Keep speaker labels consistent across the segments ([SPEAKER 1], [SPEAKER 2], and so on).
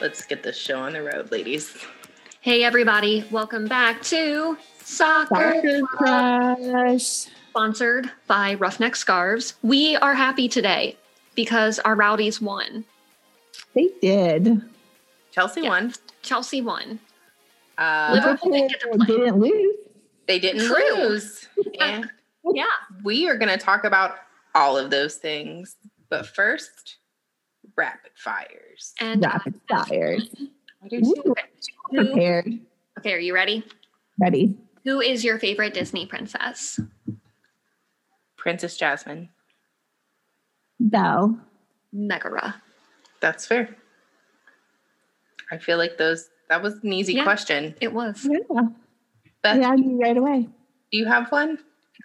[SPEAKER 1] Let's get this show on the road, ladies.
[SPEAKER 2] Hey, everybody, welcome back to Soccer,
[SPEAKER 3] Soccer Crush.
[SPEAKER 2] sponsored by Roughneck Scarves. We are happy today because our Rowdies won.
[SPEAKER 3] They did.
[SPEAKER 1] Chelsea
[SPEAKER 2] Yeah.
[SPEAKER 1] won.
[SPEAKER 2] Chelsea won.
[SPEAKER 1] Uh,
[SPEAKER 2] Liverpool didn't get to play.
[SPEAKER 3] didn't lose.
[SPEAKER 1] they didn't
[SPEAKER 2] True.
[SPEAKER 1] lose. And
[SPEAKER 2] Uh, Yeah.
[SPEAKER 1] we are going to talk about all of those things. But first, rapid fires.
[SPEAKER 2] And uh,
[SPEAKER 3] Rapid fire.
[SPEAKER 1] What did you-
[SPEAKER 3] Ooh, Prepared.
[SPEAKER 2] okay, are you ready?
[SPEAKER 3] Ready.
[SPEAKER 2] Who is your favorite Disney princess?
[SPEAKER 1] Princess Jasmine.
[SPEAKER 3] Bell.
[SPEAKER 2] Megara.
[SPEAKER 1] That's fair. I feel like those, that was an easy
[SPEAKER 2] Yeah.
[SPEAKER 1] question.
[SPEAKER 2] It was.
[SPEAKER 3] Yeah.
[SPEAKER 1] Beth,
[SPEAKER 3] yeah, I knew right away.
[SPEAKER 1] do you have one?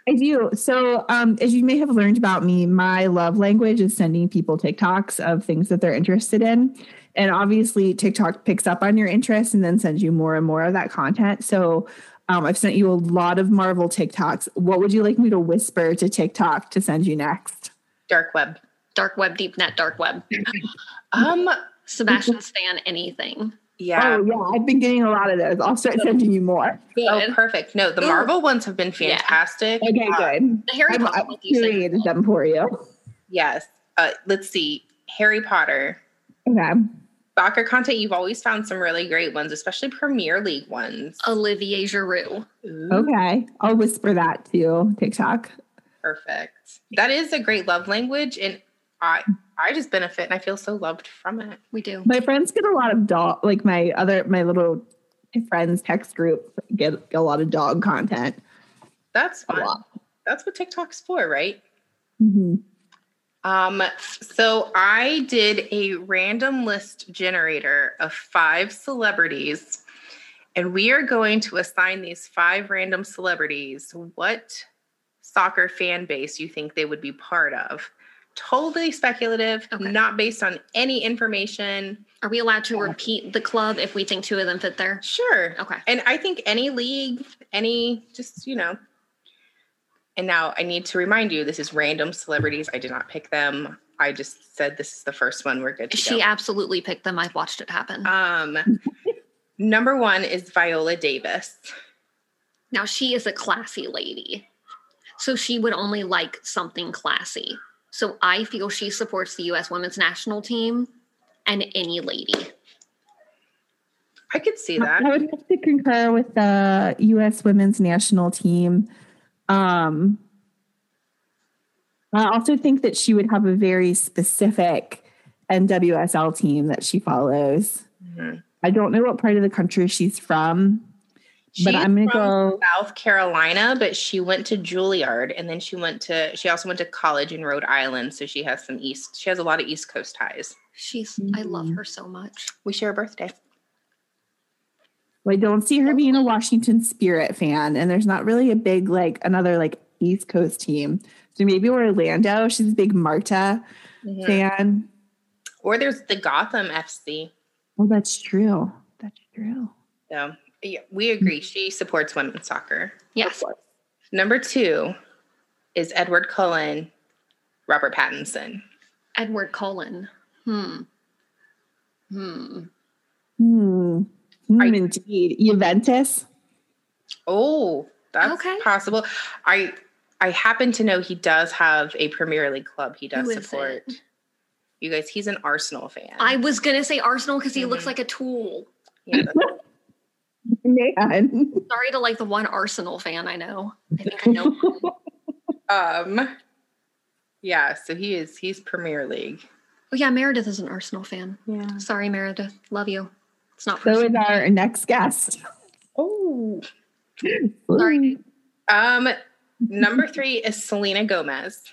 [SPEAKER 3] I do. So, um, as you may have learned about me, my love language is sending people TikToks of things that they're interested in. And obviously, TikTok picks up on your interest and then sends you more and more of that content. So, um, I've sent you a lot of Marvel TikToks. What would you like me to whisper to TikTok to send you next?
[SPEAKER 1] Dark web.
[SPEAKER 2] Dark web, deep net, dark web.
[SPEAKER 1] Um,
[SPEAKER 2] Sebastian Stan, anything.
[SPEAKER 1] yeah.
[SPEAKER 3] Oh, yeah. I've been getting a lot of those. I'll start sending you more.
[SPEAKER 1] Oh,
[SPEAKER 2] Good.
[SPEAKER 1] perfect. No, the
[SPEAKER 2] Ooh.
[SPEAKER 1] Marvel ones have been
[SPEAKER 2] Yeah.
[SPEAKER 1] fantastic.
[SPEAKER 3] Okay,
[SPEAKER 1] Uh,
[SPEAKER 3] good.
[SPEAKER 2] The Harry
[SPEAKER 3] I've,
[SPEAKER 2] Potter
[SPEAKER 3] I've
[SPEAKER 2] one you said.
[SPEAKER 3] curated them for you.
[SPEAKER 1] Yes. Uh, let's see. Harry Potter.
[SPEAKER 3] Okay.
[SPEAKER 1] Soccer content, you've always found some really great ones, especially Premier League ones.
[SPEAKER 2] Olivier Giroux.
[SPEAKER 1] Ooh,
[SPEAKER 3] Oh, Okay. I'll whisper that to TikTok.
[SPEAKER 1] Perfect. That is a great love language, and I I just benefit and I feel so loved from it.
[SPEAKER 2] We do.
[SPEAKER 3] My friends get a lot of dog, like my other, my little friends text group get a lot of dog content.
[SPEAKER 1] That's
[SPEAKER 3] A
[SPEAKER 1] fun.
[SPEAKER 3] lot.
[SPEAKER 1] That's what TikTok's for, right?
[SPEAKER 3] Mhm.
[SPEAKER 1] Um, so I did a random list generator of five celebrities, and we are going to assign these five random celebrities what soccer fan base you think they would be part of. Totally speculative,
[SPEAKER 2] Okay.
[SPEAKER 1] not based on any information.
[SPEAKER 2] Are we allowed to repeat the club if we think two of them fit there?
[SPEAKER 1] Sure.
[SPEAKER 2] Okay.
[SPEAKER 1] And I think any league, any just, you know. And now I need to remind you this is random celebrities. I did not pick them. I just said this is the first one. We're good to
[SPEAKER 2] She
[SPEAKER 1] go.
[SPEAKER 2] absolutely picked them. I've watched it happen.
[SPEAKER 1] Um, number one is Viola Davis.
[SPEAKER 2] now she is a classy lady. So she would only like something classy. So I feel she supports the US women's national team and any lady.
[SPEAKER 1] I could see
[SPEAKER 3] I
[SPEAKER 1] that.
[SPEAKER 3] would have to concur with the U.S. women's national team. Um, I also think that she would have a very specific NWSL team that she follows.
[SPEAKER 1] Mhm.
[SPEAKER 3] I don't know what part of the country she's from, but
[SPEAKER 1] She's
[SPEAKER 3] I'm going to
[SPEAKER 1] from
[SPEAKER 3] go.
[SPEAKER 1] South Carolina, but she went to Juilliard, and then she went to. She also went to college in Rhode Island, so she has some East. She has a lot of East Coast ties.
[SPEAKER 2] She's I love her so much.
[SPEAKER 1] We share a birthday.
[SPEAKER 3] Well, I don't see her being a Washington Spirit fan, and there's not really a big like another like East Coast team. So maybe Orlando. She's a big Marta
[SPEAKER 1] Mhm.
[SPEAKER 3] fan.
[SPEAKER 1] Or there's the Gotham FC.
[SPEAKER 3] Well, that's true. That's true.
[SPEAKER 1] So yeah, we agree. She supports women's soccer.
[SPEAKER 2] Yes.
[SPEAKER 1] Number two is Edward Cullen, Robert Pattinson.
[SPEAKER 2] Edward Cullen. Hmm. Hmm.
[SPEAKER 3] Hmm. Hmm,
[SPEAKER 1] Are you-
[SPEAKER 3] indeed, Juventus.
[SPEAKER 1] Oh, that's
[SPEAKER 2] Okay.
[SPEAKER 1] possible. I I happen to know he does have a Premier League club. He does
[SPEAKER 2] Who is
[SPEAKER 1] support.
[SPEAKER 2] it?
[SPEAKER 1] You guys, he's an Arsenal fan.
[SPEAKER 2] I was gonna say Arsenal because he
[SPEAKER 1] Mhm.
[SPEAKER 2] looks like a tool.
[SPEAKER 1] Yeah, that's-
[SPEAKER 3] Man.
[SPEAKER 2] Sorry to like the one Arsenal fan I know. I think I know one.
[SPEAKER 1] um yeah, so he is he's Premier League.
[SPEAKER 2] Oh yeah, Meredith is an Arsenal fan.
[SPEAKER 1] Yeah.
[SPEAKER 2] Sorry, Meredith. Love you. It's not
[SPEAKER 3] So
[SPEAKER 2] personal.
[SPEAKER 3] is our next guest. Hmm.
[SPEAKER 1] Oh.
[SPEAKER 2] Sorry,
[SPEAKER 3] Ooh.
[SPEAKER 1] Um number 3 is Selena Gomez.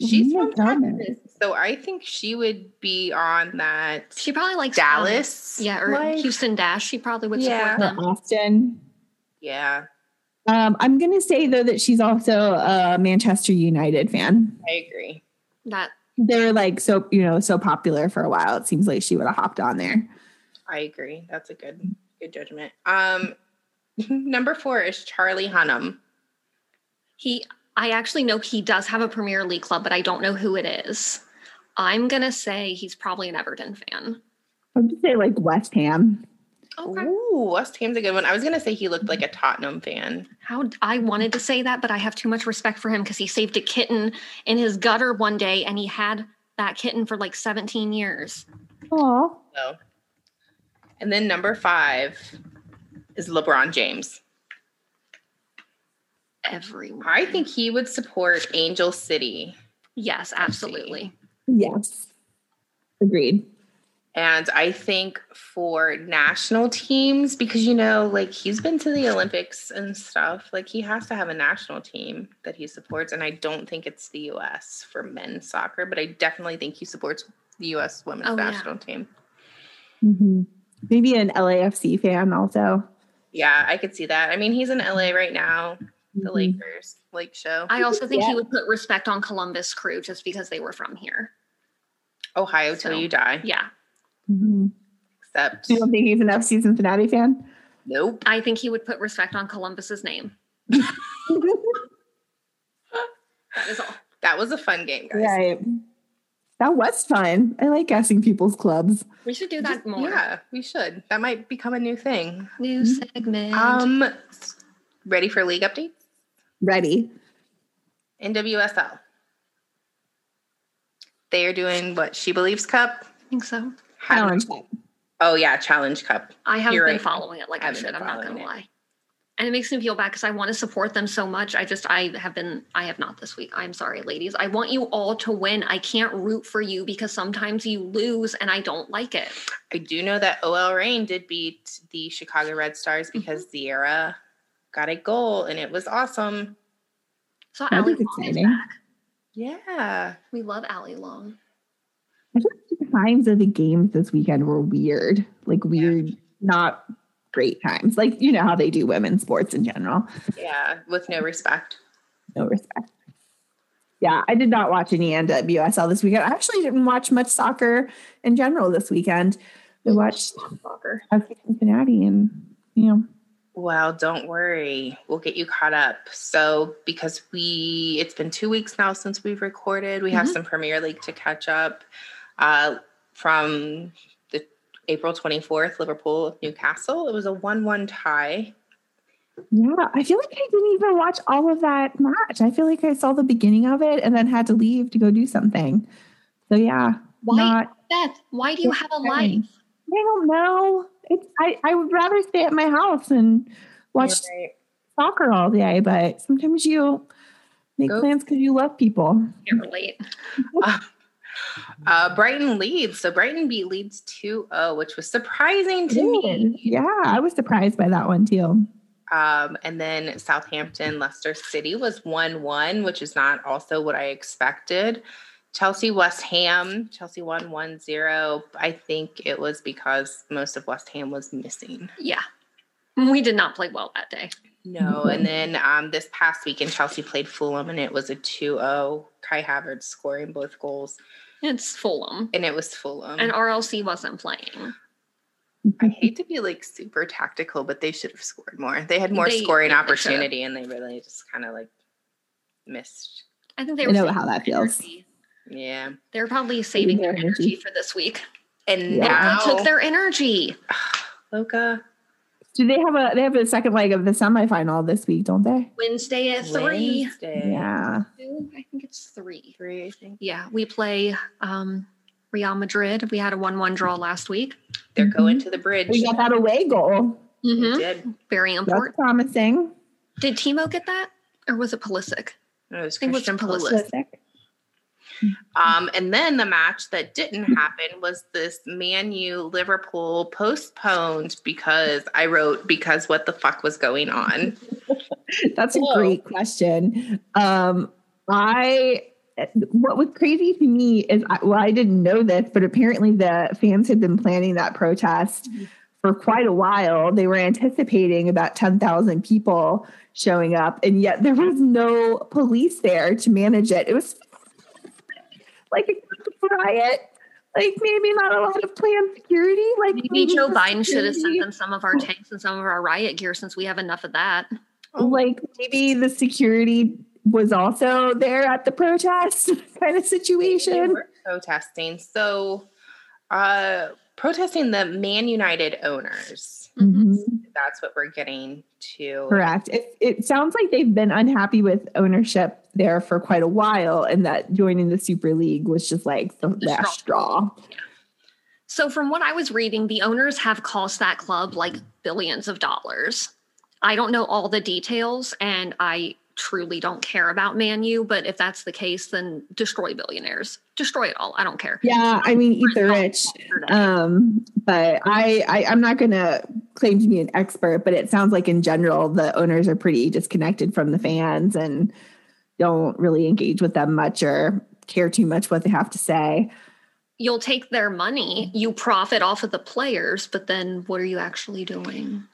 [SPEAKER 1] She's
[SPEAKER 3] Selena
[SPEAKER 1] from
[SPEAKER 3] Gomez.
[SPEAKER 1] Texas, so I think she would be on that
[SPEAKER 2] she probably likes um,
[SPEAKER 1] Dallas.
[SPEAKER 2] yeah, or
[SPEAKER 1] like-
[SPEAKER 2] Houston Dash. She probably would
[SPEAKER 1] Yeah.
[SPEAKER 2] support
[SPEAKER 3] From
[SPEAKER 2] them.
[SPEAKER 3] Austin.
[SPEAKER 1] Yeah,
[SPEAKER 3] Um, I'm going to say though that she's also a Manchester United fan.
[SPEAKER 1] I agree.
[SPEAKER 2] That
[SPEAKER 3] They're like so you know so popular for a while. It seems like she would have hopped on there.
[SPEAKER 1] I agree. That's a good good judgment. Um number four is Charlie Hunnam.
[SPEAKER 2] he. I actually know he does have a Premier League club, but I don't know who it is. I'm gonna say he's probably an Everton fan.
[SPEAKER 3] I would say like West Ham.
[SPEAKER 1] Ooh, West Ham's a good one. I was gonna say he looked like a Tottenham fan.
[SPEAKER 2] How I wanted to say that, but I have too much respect for him because he saved a kitten in his gutter one day, and he had that kitten for like 17 years.
[SPEAKER 3] Oh,
[SPEAKER 1] So, and then number five is LeBron James.
[SPEAKER 2] Everyone,
[SPEAKER 1] I think he would support Angel City,
[SPEAKER 2] Yes, absolutely.
[SPEAKER 3] yes. Agreed.
[SPEAKER 1] and I think for national teams because you know, like he's been to the Olympics and stuff. Like he has to have a national team that he supports, and I don't think it's the U.S. for men's soccer, but I definitely think he supports the U.S. women's
[SPEAKER 2] Oh, yeah.
[SPEAKER 1] national team.
[SPEAKER 3] hmm Maybe an LAFC fan also.
[SPEAKER 1] Yeah, I could see that. I mean, he's in LA right now, the
[SPEAKER 3] Mhm.
[SPEAKER 1] Lakers Lake Show.
[SPEAKER 2] Mm-hmm. I also think
[SPEAKER 3] Yeah.
[SPEAKER 2] he would put respect on Columbus Crew just because they were from here.
[SPEAKER 1] Ohio till
[SPEAKER 2] So-
[SPEAKER 1] you die.
[SPEAKER 2] Yeah,
[SPEAKER 3] Mhm.
[SPEAKER 1] Except
[SPEAKER 3] You don't think he's an FC Cincinnati fan?
[SPEAKER 1] nope.
[SPEAKER 2] I think he would put respect on Columbus's name. That is all.
[SPEAKER 1] That was a fun game, guys.
[SPEAKER 3] right. That was fun. I like guessing people's clubs.
[SPEAKER 2] We should do that more.
[SPEAKER 1] Yeah, we should. That might become a new thing.
[SPEAKER 2] New
[SPEAKER 3] Mm-hmm.
[SPEAKER 2] segment.
[SPEAKER 1] Um s- ready for league updates?
[SPEAKER 3] Ready.
[SPEAKER 1] NWSL. They are doing what she believes cup.
[SPEAKER 2] I think so.
[SPEAKER 1] Haven't-
[SPEAKER 3] Challenge Cup.
[SPEAKER 1] Oh yeah, challenge cup.
[SPEAKER 2] I haven't
[SPEAKER 1] You're
[SPEAKER 2] been
[SPEAKER 1] right.
[SPEAKER 2] following it like I,
[SPEAKER 1] Haven't
[SPEAKER 2] should.
[SPEAKER 1] been
[SPEAKER 2] I'm not
[SPEAKER 1] following
[SPEAKER 2] gonna
[SPEAKER 1] it.
[SPEAKER 2] lie. And it makes me feel bad because I want to support them so much. I just I have been I have not this week. I'm sorry, ladies. I want you all to win. I can't root for you because sometimes you lose and I don't like it.
[SPEAKER 1] I do know that OL Reign did beat the Chicago Red Stars because Sierra got a goal and it was awesome.
[SPEAKER 2] So
[SPEAKER 3] That
[SPEAKER 2] Allie
[SPEAKER 3] is
[SPEAKER 2] Long is
[SPEAKER 3] exciting.
[SPEAKER 2] back.
[SPEAKER 1] Yeah.
[SPEAKER 2] We love Allie Long.
[SPEAKER 3] The times of the games this weekend were weird. Like weird, not great times. Like you know how they do women's sports in general.
[SPEAKER 1] Yeah. With no respect.
[SPEAKER 3] No respect. Yeah, I did not watch any NWSL this weekend. I actually didn't watch much soccer in general this weekend. I watched
[SPEAKER 2] Soccer.
[SPEAKER 3] FC Cincinnati and you know
[SPEAKER 1] Well, don't worry. We'll get you caught up. So, because we, it's been two weeks now since we've recorded, we have
[SPEAKER 2] Mhm.
[SPEAKER 1] some Premier League to catch up uh, from the April 24th, Liverpool, Newcastle. It was a 1 1 tie.
[SPEAKER 3] Yeah, I feel like I didn't even watch all of that match. I feel like I saw the beginning of it and then had to leave to go do something. So yeah,
[SPEAKER 2] Why
[SPEAKER 3] not.
[SPEAKER 2] Beth, why do you have a life?
[SPEAKER 3] I don't know. It's I. I would rather stay at my house and watch soccer all day, but sometimes you make
[SPEAKER 1] Go.
[SPEAKER 3] plans because you love people.
[SPEAKER 2] Can't relate.
[SPEAKER 1] Uh, Brighton leads. So, Brighton beat Leeds 2 0, which was surprising to me.
[SPEAKER 3] Yeah, I was surprised by that one too.
[SPEAKER 1] Um, and then Southampton, Leicester City was 1 1, which is not also what I expected. Chelsea, West Ham, Chelsea won 1 0. I think it was because most of West Ham was missing.
[SPEAKER 2] Yeah. We did not play well that day.
[SPEAKER 1] No. And then um, this past weekend, Chelsea played Fulham and it was a 2 0. Kai Havertz scoring both goals.
[SPEAKER 2] It's Fulham.
[SPEAKER 1] And it was Fulham.
[SPEAKER 2] And RLC wasn't playing.
[SPEAKER 1] I hate to be like super tactical, but they should have scored more. They had more
[SPEAKER 2] They-
[SPEAKER 1] scoring
[SPEAKER 2] they should've.
[SPEAKER 1] opportunity and they really just kind of like missed.
[SPEAKER 2] I think they
[SPEAKER 3] I
[SPEAKER 2] were
[SPEAKER 3] know
[SPEAKER 2] saving
[SPEAKER 3] how that feels.
[SPEAKER 2] energy.
[SPEAKER 1] Yeah.
[SPEAKER 2] They're probably saving their
[SPEAKER 3] their
[SPEAKER 2] energy
[SPEAKER 3] energy.
[SPEAKER 2] for this week.
[SPEAKER 1] And
[SPEAKER 3] Yeah.
[SPEAKER 1] now,
[SPEAKER 2] took their energy.
[SPEAKER 1] Loca.
[SPEAKER 3] Do they have a they have a second leg of the semifinal this week? Don't they?
[SPEAKER 2] Wednesday at three.
[SPEAKER 1] Wednesday.
[SPEAKER 3] Yeah.
[SPEAKER 2] Two? I think it's three.
[SPEAKER 1] Three, I think.
[SPEAKER 2] Yeah, we play um, Real Madrid. We had a one-one draw last week.
[SPEAKER 1] They're
[SPEAKER 2] Mm-hmm.
[SPEAKER 1] going to the bridge.
[SPEAKER 3] We got that away goal.
[SPEAKER 1] They
[SPEAKER 2] Mhm.
[SPEAKER 1] did.
[SPEAKER 2] Very
[SPEAKER 3] That's
[SPEAKER 2] important.
[SPEAKER 3] promising.
[SPEAKER 2] Did Timo get that, or was it Pulisic?
[SPEAKER 1] It was
[SPEAKER 2] think it was
[SPEAKER 1] Christian
[SPEAKER 2] Pulisic.
[SPEAKER 1] Pulisic.
[SPEAKER 3] Pulisic.
[SPEAKER 1] Um, and then the match that
[SPEAKER 3] Mm-hmm.
[SPEAKER 1] didn't happen was this Man U Liverpool postponed because I wrote because what the fuck was going on.
[SPEAKER 3] That's a
[SPEAKER 1] Whoa.
[SPEAKER 3] great question. Um, I what was crazy to me is I, well, I didn't know this, but apparently the fans had been planning that protest
[SPEAKER 2] Mm-hmm.
[SPEAKER 3] for quite a while. They were anticipating about ten thousand people showing up, and yet there was no police there to manage it. It was like a riot. Like maybe not a lot of planned security. Like
[SPEAKER 2] Maybe Joe
[SPEAKER 3] the
[SPEAKER 2] Biden should have
[SPEAKER 3] security-
[SPEAKER 2] sent them some of our tanks and some of our riot gear, since we have enough of that.
[SPEAKER 3] like maybe the security was also there at the protest kind of
[SPEAKER 1] They
[SPEAKER 3] situation.
[SPEAKER 1] were protesting. So, uh, protesting the Man United owners.
[SPEAKER 3] Mm-hmm.
[SPEAKER 2] Mhm.
[SPEAKER 1] That's what we're getting to.
[SPEAKER 3] Correct. It, it sounds like they've been unhappy with ownership there for quite a while, and that joining the Super League was just like the
[SPEAKER 2] The
[SPEAKER 3] last straw.
[SPEAKER 2] So, from what I was reading, the owners have cost that club like billions of dollars. I don't know all the details, and I truly don't care about Man U, but if that's the case, then destroy billionaires. Destroy it all. I don't care.
[SPEAKER 3] Yeah, I mean, eat the rich. Um, but I, I, I'm not gonna claim to be an expert, but it sounds like in general the owners are pretty disconnected from the fans and don't really engage with them much or care too much what they have to say.
[SPEAKER 2] You'll take their money, you profit off of the players, but then what are you actually doing?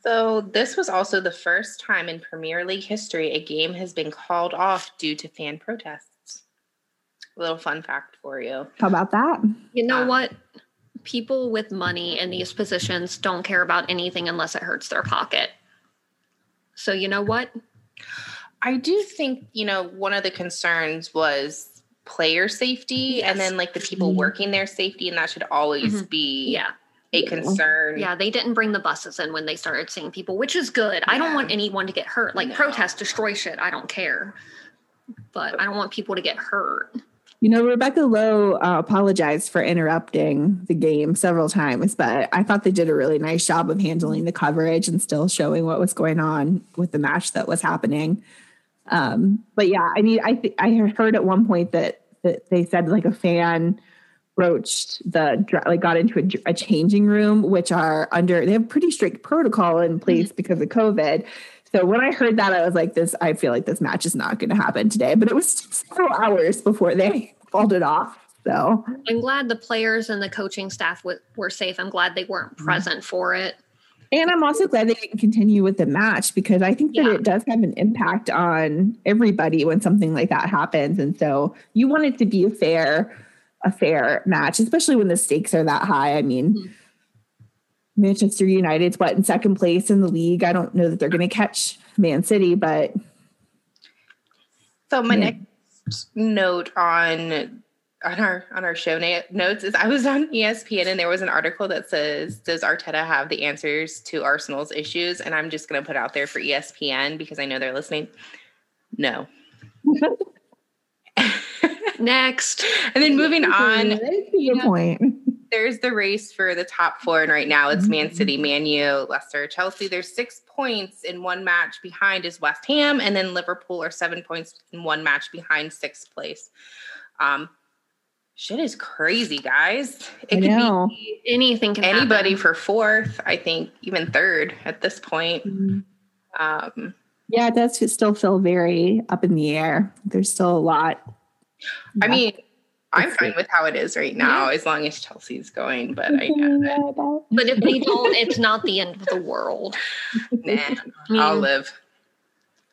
[SPEAKER 1] So, this was also the first time in Premier League history a game has been called off due to fan protests. A little fun fact for you.
[SPEAKER 3] How about that?
[SPEAKER 2] You know
[SPEAKER 1] Yeah.
[SPEAKER 2] what? People with money in these positions don't care about anything unless it hurts their pocket. So, you know what?
[SPEAKER 1] I do think, you know, one of the concerns was player safety and
[SPEAKER 2] Yes.
[SPEAKER 1] then like the people
[SPEAKER 3] Mhm.
[SPEAKER 1] working their safety, and that should always
[SPEAKER 2] Mhm.
[SPEAKER 1] be
[SPEAKER 2] Yeah.
[SPEAKER 1] a
[SPEAKER 3] Yeah.
[SPEAKER 1] concern.
[SPEAKER 2] Yeah, they didn't bring the buses in when they started seeing people, which is good. I don't
[SPEAKER 1] Yeah.
[SPEAKER 2] want anyone to get hurt. Like
[SPEAKER 1] No.
[SPEAKER 2] protest, destroy shit. I don't care. But I don't want people to get hurt.
[SPEAKER 3] You know, Rebecca Lowe uh, apologized for interrupting the game several times, but I thought they did a really nice job of handling the coverage and still showing what was going on with the match that was happening. Um, but yeah, I mean, I th- I had heard at one point that that they said like a fan broached the dr- like got into a, dr- a changing room, which are under they have pretty strict protocol in place because of COVID. So when I heard that, I was like, "This, I feel like this match is not going to happen today." But it was several hours before they called it off. So
[SPEAKER 2] I'm glad the players and the coaching staff w- were safe. I'm glad they
[SPEAKER 1] Mm-hmm.
[SPEAKER 2] weren't present for it.
[SPEAKER 3] And I'm also glad they didn't continue with the match because I think that
[SPEAKER 2] Yeah.
[SPEAKER 3] it does have an impact on everybody when something like that happens. And so you want it to be a fair, a fair match, especially when the stakes are that high. I mean,
[SPEAKER 1] Mm-hmm.
[SPEAKER 2] Mhm.
[SPEAKER 3] Manchester United's what in second place in the league. I don't know that they're going to catch Man City, but
[SPEAKER 1] So my
[SPEAKER 3] Yeah.
[SPEAKER 1] next note on on our on our show na- notes is I was on E ESPN and there was an article that says does Arteta have the answers to Arsenal's issues and I'm just going to put out there for E ESPN because I know they're listening. No.
[SPEAKER 2] Next.
[SPEAKER 1] And then moving on,
[SPEAKER 3] That's your
[SPEAKER 2] Yeah.
[SPEAKER 3] point.
[SPEAKER 1] there's the race for the top four and right now
[SPEAKER 3] Mm-hmm.
[SPEAKER 1] it's Man City, Man U, Leicester, Chelsea. There's 6 points in one match behind is West Ham and then Liverpool are 7 points in one match behind 6th place. Um shit is crazy, guys. It
[SPEAKER 3] I
[SPEAKER 1] could
[SPEAKER 3] know.
[SPEAKER 1] be
[SPEAKER 2] Anything can happen.
[SPEAKER 1] anybody for 4th, I think even 3rd at this point. Um
[SPEAKER 3] Yeah, it does still feel very up in the air. There's still a lot.
[SPEAKER 1] I mean, I'm
[SPEAKER 3] Let's
[SPEAKER 1] fine with how it is right now as long as Chelsea's going, but I know that
[SPEAKER 2] But if they don't, it's not the end of the world.
[SPEAKER 1] nah,
[SPEAKER 2] I mean,
[SPEAKER 1] I'll live.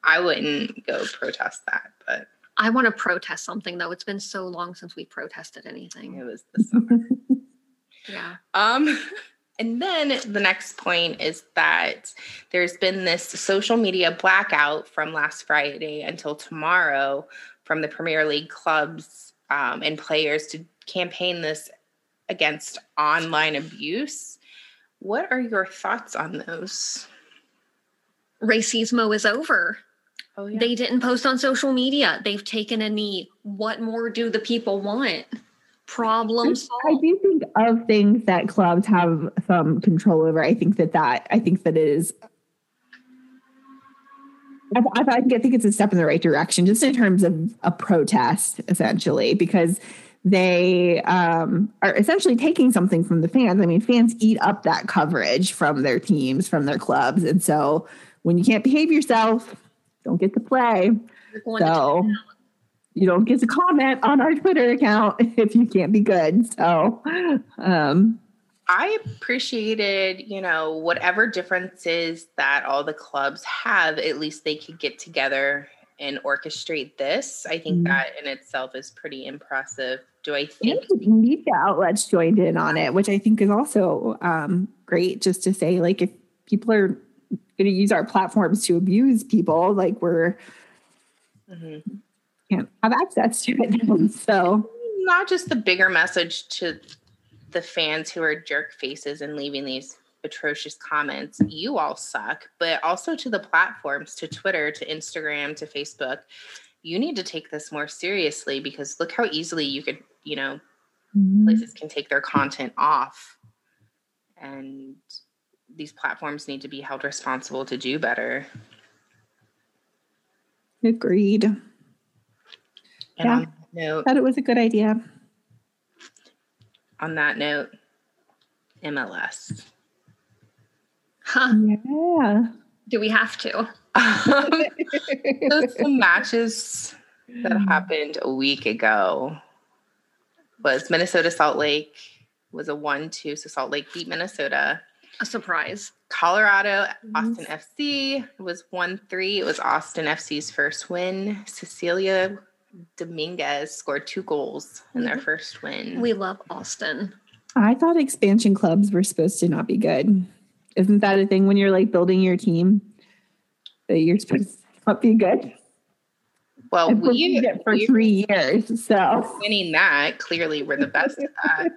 [SPEAKER 1] I wouldn't go protest that, but
[SPEAKER 2] I want to protest something though. It's been so long since we protested anything.
[SPEAKER 1] It was the summer.
[SPEAKER 2] Yeah.
[SPEAKER 1] um, and then the next point is that there's been this social media blackout from last Friday until tomorrow from the Premier League clubs um, and players to campaign this against online abuse. What are your thoughts on those?
[SPEAKER 2] Racismo is over.
[SPEAKER 1] Oh,
[SPEAKER 2] They didn't post on social media. They've taken a knee. What more do the people want? Problem
[SPEAKER 3] I
[SPEAKER 2] solved.
[SPEAKER 3] do think of things that clubs have some control over. I think that that I think that it is. I, I, I think it's a step in the right direction, just in terms of a protest, essentially, because they um, are essentially taking something from the fans. I mean, fans eat up that coverage from their teams, from their clubs, and so when you can't behave yourself, don't get to play.
[SPEAKER 2] You're going to-
[SPEAKER 3] So you don't get to comment on our Twitter account if you can't be good. So um
[SPEAKER 1] I appreciated, you know, whatever differences that all the clubs have, at least they could get together and orchestrate this. I think
[SPEAKER 3] Mhm.
[SPEAKER 1] that in itself is pretty impressive. Do I
[SPEAKER 3] and
[SPEAKER 1] think?
[SPEAKER 3] media outlets joined in on it, which I think is also um great just to say like if people are gonna use our platforms to abuse people, like we're
[SPEAKER 1] Mhm.
[SPEAKER 3] can't have access to it. Then. So
[SPEAKER 1] Not just the bigger message to the fans who are jerk faces and leaving these atrocious comments, you all suck, but also to the platforms, to Twitter, to Instagram, to Facebook. You need to take this more seriously because look how easily you could, you know, places can take their content off and these platforms need to be held responsible to do better
[SPEAKER 3] agreed.
[SPEAKER 1] and
[SPEAKER 3] Yeah.
[SPEAKER 1] on that note
[SPEAKER 3] Thought it was a good idea.
[SPEAKER 1] on that note mls
[SPEAKER 2] Huh,
[SPEAKER 1] Uh-huh.
[SPEAKER 3] Yeah.
[SPEAKER 2] do we have to?
[SPEAKER 1] so some matches that happened a week ago was minnesota salt lake was a 1-2 so salt lake beat minnesota
[SPEAKER 2] A surprise.
[SPEAKER 1] Colorado,
[SPEAKER 2] Mm-hmm.
[SPEAKER 1] Austin
[SPEAKER 3] Yes.
[SPEAKER 1] FC was 1 3. It was Austin FC's first win. Cecilia Dominguez scored two goals in their first win.
[SPEAKER 2] Mm-hmm. We love Austin.
[SPEAKER 3] I thought expansion clubs were supposed to not be good. Isn't that a thing when you're like building your team that you're supposed to not be good?
[SPEAKER 1] well,
[SPEAKER 3] I
[SPEAKER 1] Oh, we,
[SPEAKER 3] performed it for
[SPEAKER 1] we
[SPEAKER 3] three years. So
[SPEAKER 1] were winning that. Clearly, we're the best at that.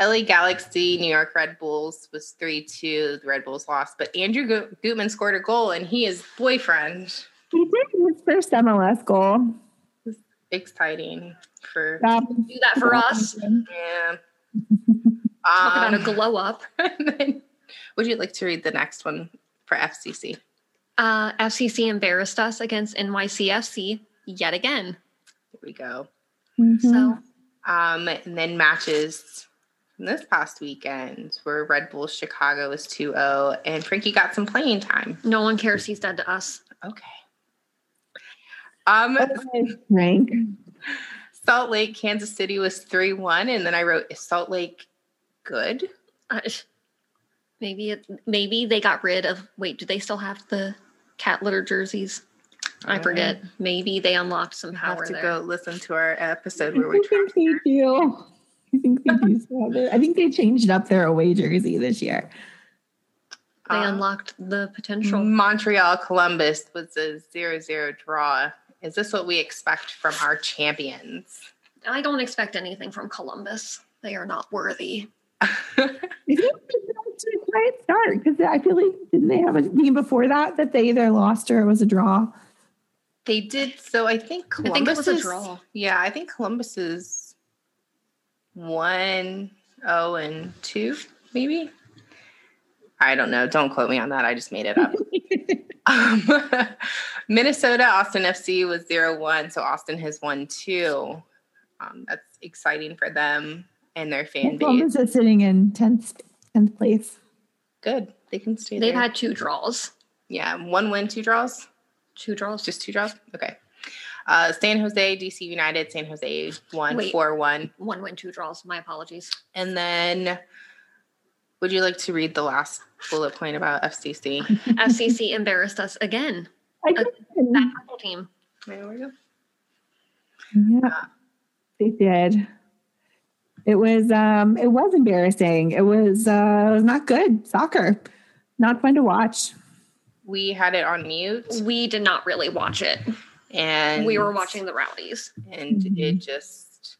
[SPEAKER 1] LA Galaxy, New York Red Bulls was 3 2. The Red Bulls lost, but Andrew Go- Gutman scored a goal and he is boyfriend.
[SPEAKER 3] he did his first MLS goal.
[SPEAKER 1] Exciting for.
[SPEAKER 3] Um,
[SPEAKER 2] Do that for us.
[SPEAKER 1] Yeah.
[SPEAKER 2] Talk about
[SPEAKER 1] Um,
[SPEAKER 2] a glow up.
[SPEAKER 1] And then, would you like to read the next one for FCC?
[SPEAKER 2] Uh, FCC embarrassed us against NYCFC yet again.
[SPEAKER 1] Here we go.
[SPEAKER 3] Mm-hmm.
[SPEAKER 2] So
[SPEAKER 1] Um, and then matches from this past weekend where Red Bull Chicago was 2 0, and Frankie got some playing time.
[SPEAKER 2] no one cares. He's dead to us.
[SPEAKER 1] Okay. Um,
[SPEAKER 3] Okay, rank.
[SPEAKER 1] Salt Lake, Kansas City was 3 1, and then I wrote, Is Salt Lake good?
[SPEAKER 2] Uh, maybe it, maybe they got rid of. Wait, do they still have the cat litter jerseys? I
[SPEAKER 1] Uh,
[SPEAKER 2] forget. Maybe they unlocked some
[SPEAKER 1] I have
[SPEAKER 2] power
[SPEAKER 1] to
[SPEAKER 2] there.
[SPEAKER 1] go listen to our episode where
[SPEAKER 3] I
[SPEAKER 1] we
[SPEAKER 3] think they
[SPEAKER 1] tracked
[SPEAKER 3] do. I think they do. still have it. I think they changed up their away jersey this year.
[SPEAKER 2] They
[SPEAKER 1] Um, Mm.
[SPEAKER 2] unlocked the potential.
[SPEAKER 1] Montreal Columbus was a 0 0 draw. Is this what we expect from our champions?
[SPEAKER 2] I don't expect anything from Columbus. They are not worthy.
[SPEAKER 3] I think that's a quiet start because I feel like didn't they have a game before that that they either lost or it was a draw?
[SPEAKER 1] They did. So I think
[SPEAKER 2] I
[SPEAKER 1] Columbus
[SPEAKER 2] think it was a
[SPEAKER 1] is-
[SPEAKER 2] draw.
[SPEAKER 1] Yeah, I think Columbus is one, oh, and two, maybe. I don't know. Don't quote me on that. I just made it up. um, Minnesota, Austin FC was zero one, So Austin has won two. Um, that's exciting for them and their fan base.
[SPEAKER 3] Columbus is sitting in tenth tenth place.
[SPEAKER 1] Good. They can stay
[SPEAKER 2] They've
[SPEAKER 1] there.
[SPEAKER 2] had two draws.
[SPEAKER 1] yeah, one win, two draws.
[SPEAKER 2] Two draws.
[SPEAKER 1] Just two draws? Okay. Uh, San Jose, DC United, San Jose won
[SPEAKER 2] Wait.
[SPEAKER 1] 4 1.
[SPEAKER 2] one win, two draws. My apologies.
[SPEAKER 1] And then, would you like to read the last bullet point about FCC?
[SPEAKER 2] FCC embarrassed us again.
[SPEAKER 3] I
[SPEAKER 2] Uh,
[SPEAKER 3] couldn't.
[SPEAKER 2] That purple team.
[SPEAKER 1] There we go.
[SPEAKER 3] Yeah, they did. It was um it was embarrassing. It was uh it was not good soccer. Not fun to watch.
[SPEAKER 1] We had it on mute,
[SPEAKER 2] We did not really watch it.
[SPEAKER 1] and
[SPEAKER 2] We were watching Mm-hmm. the rowdies.
[SPEAKER 1] and it just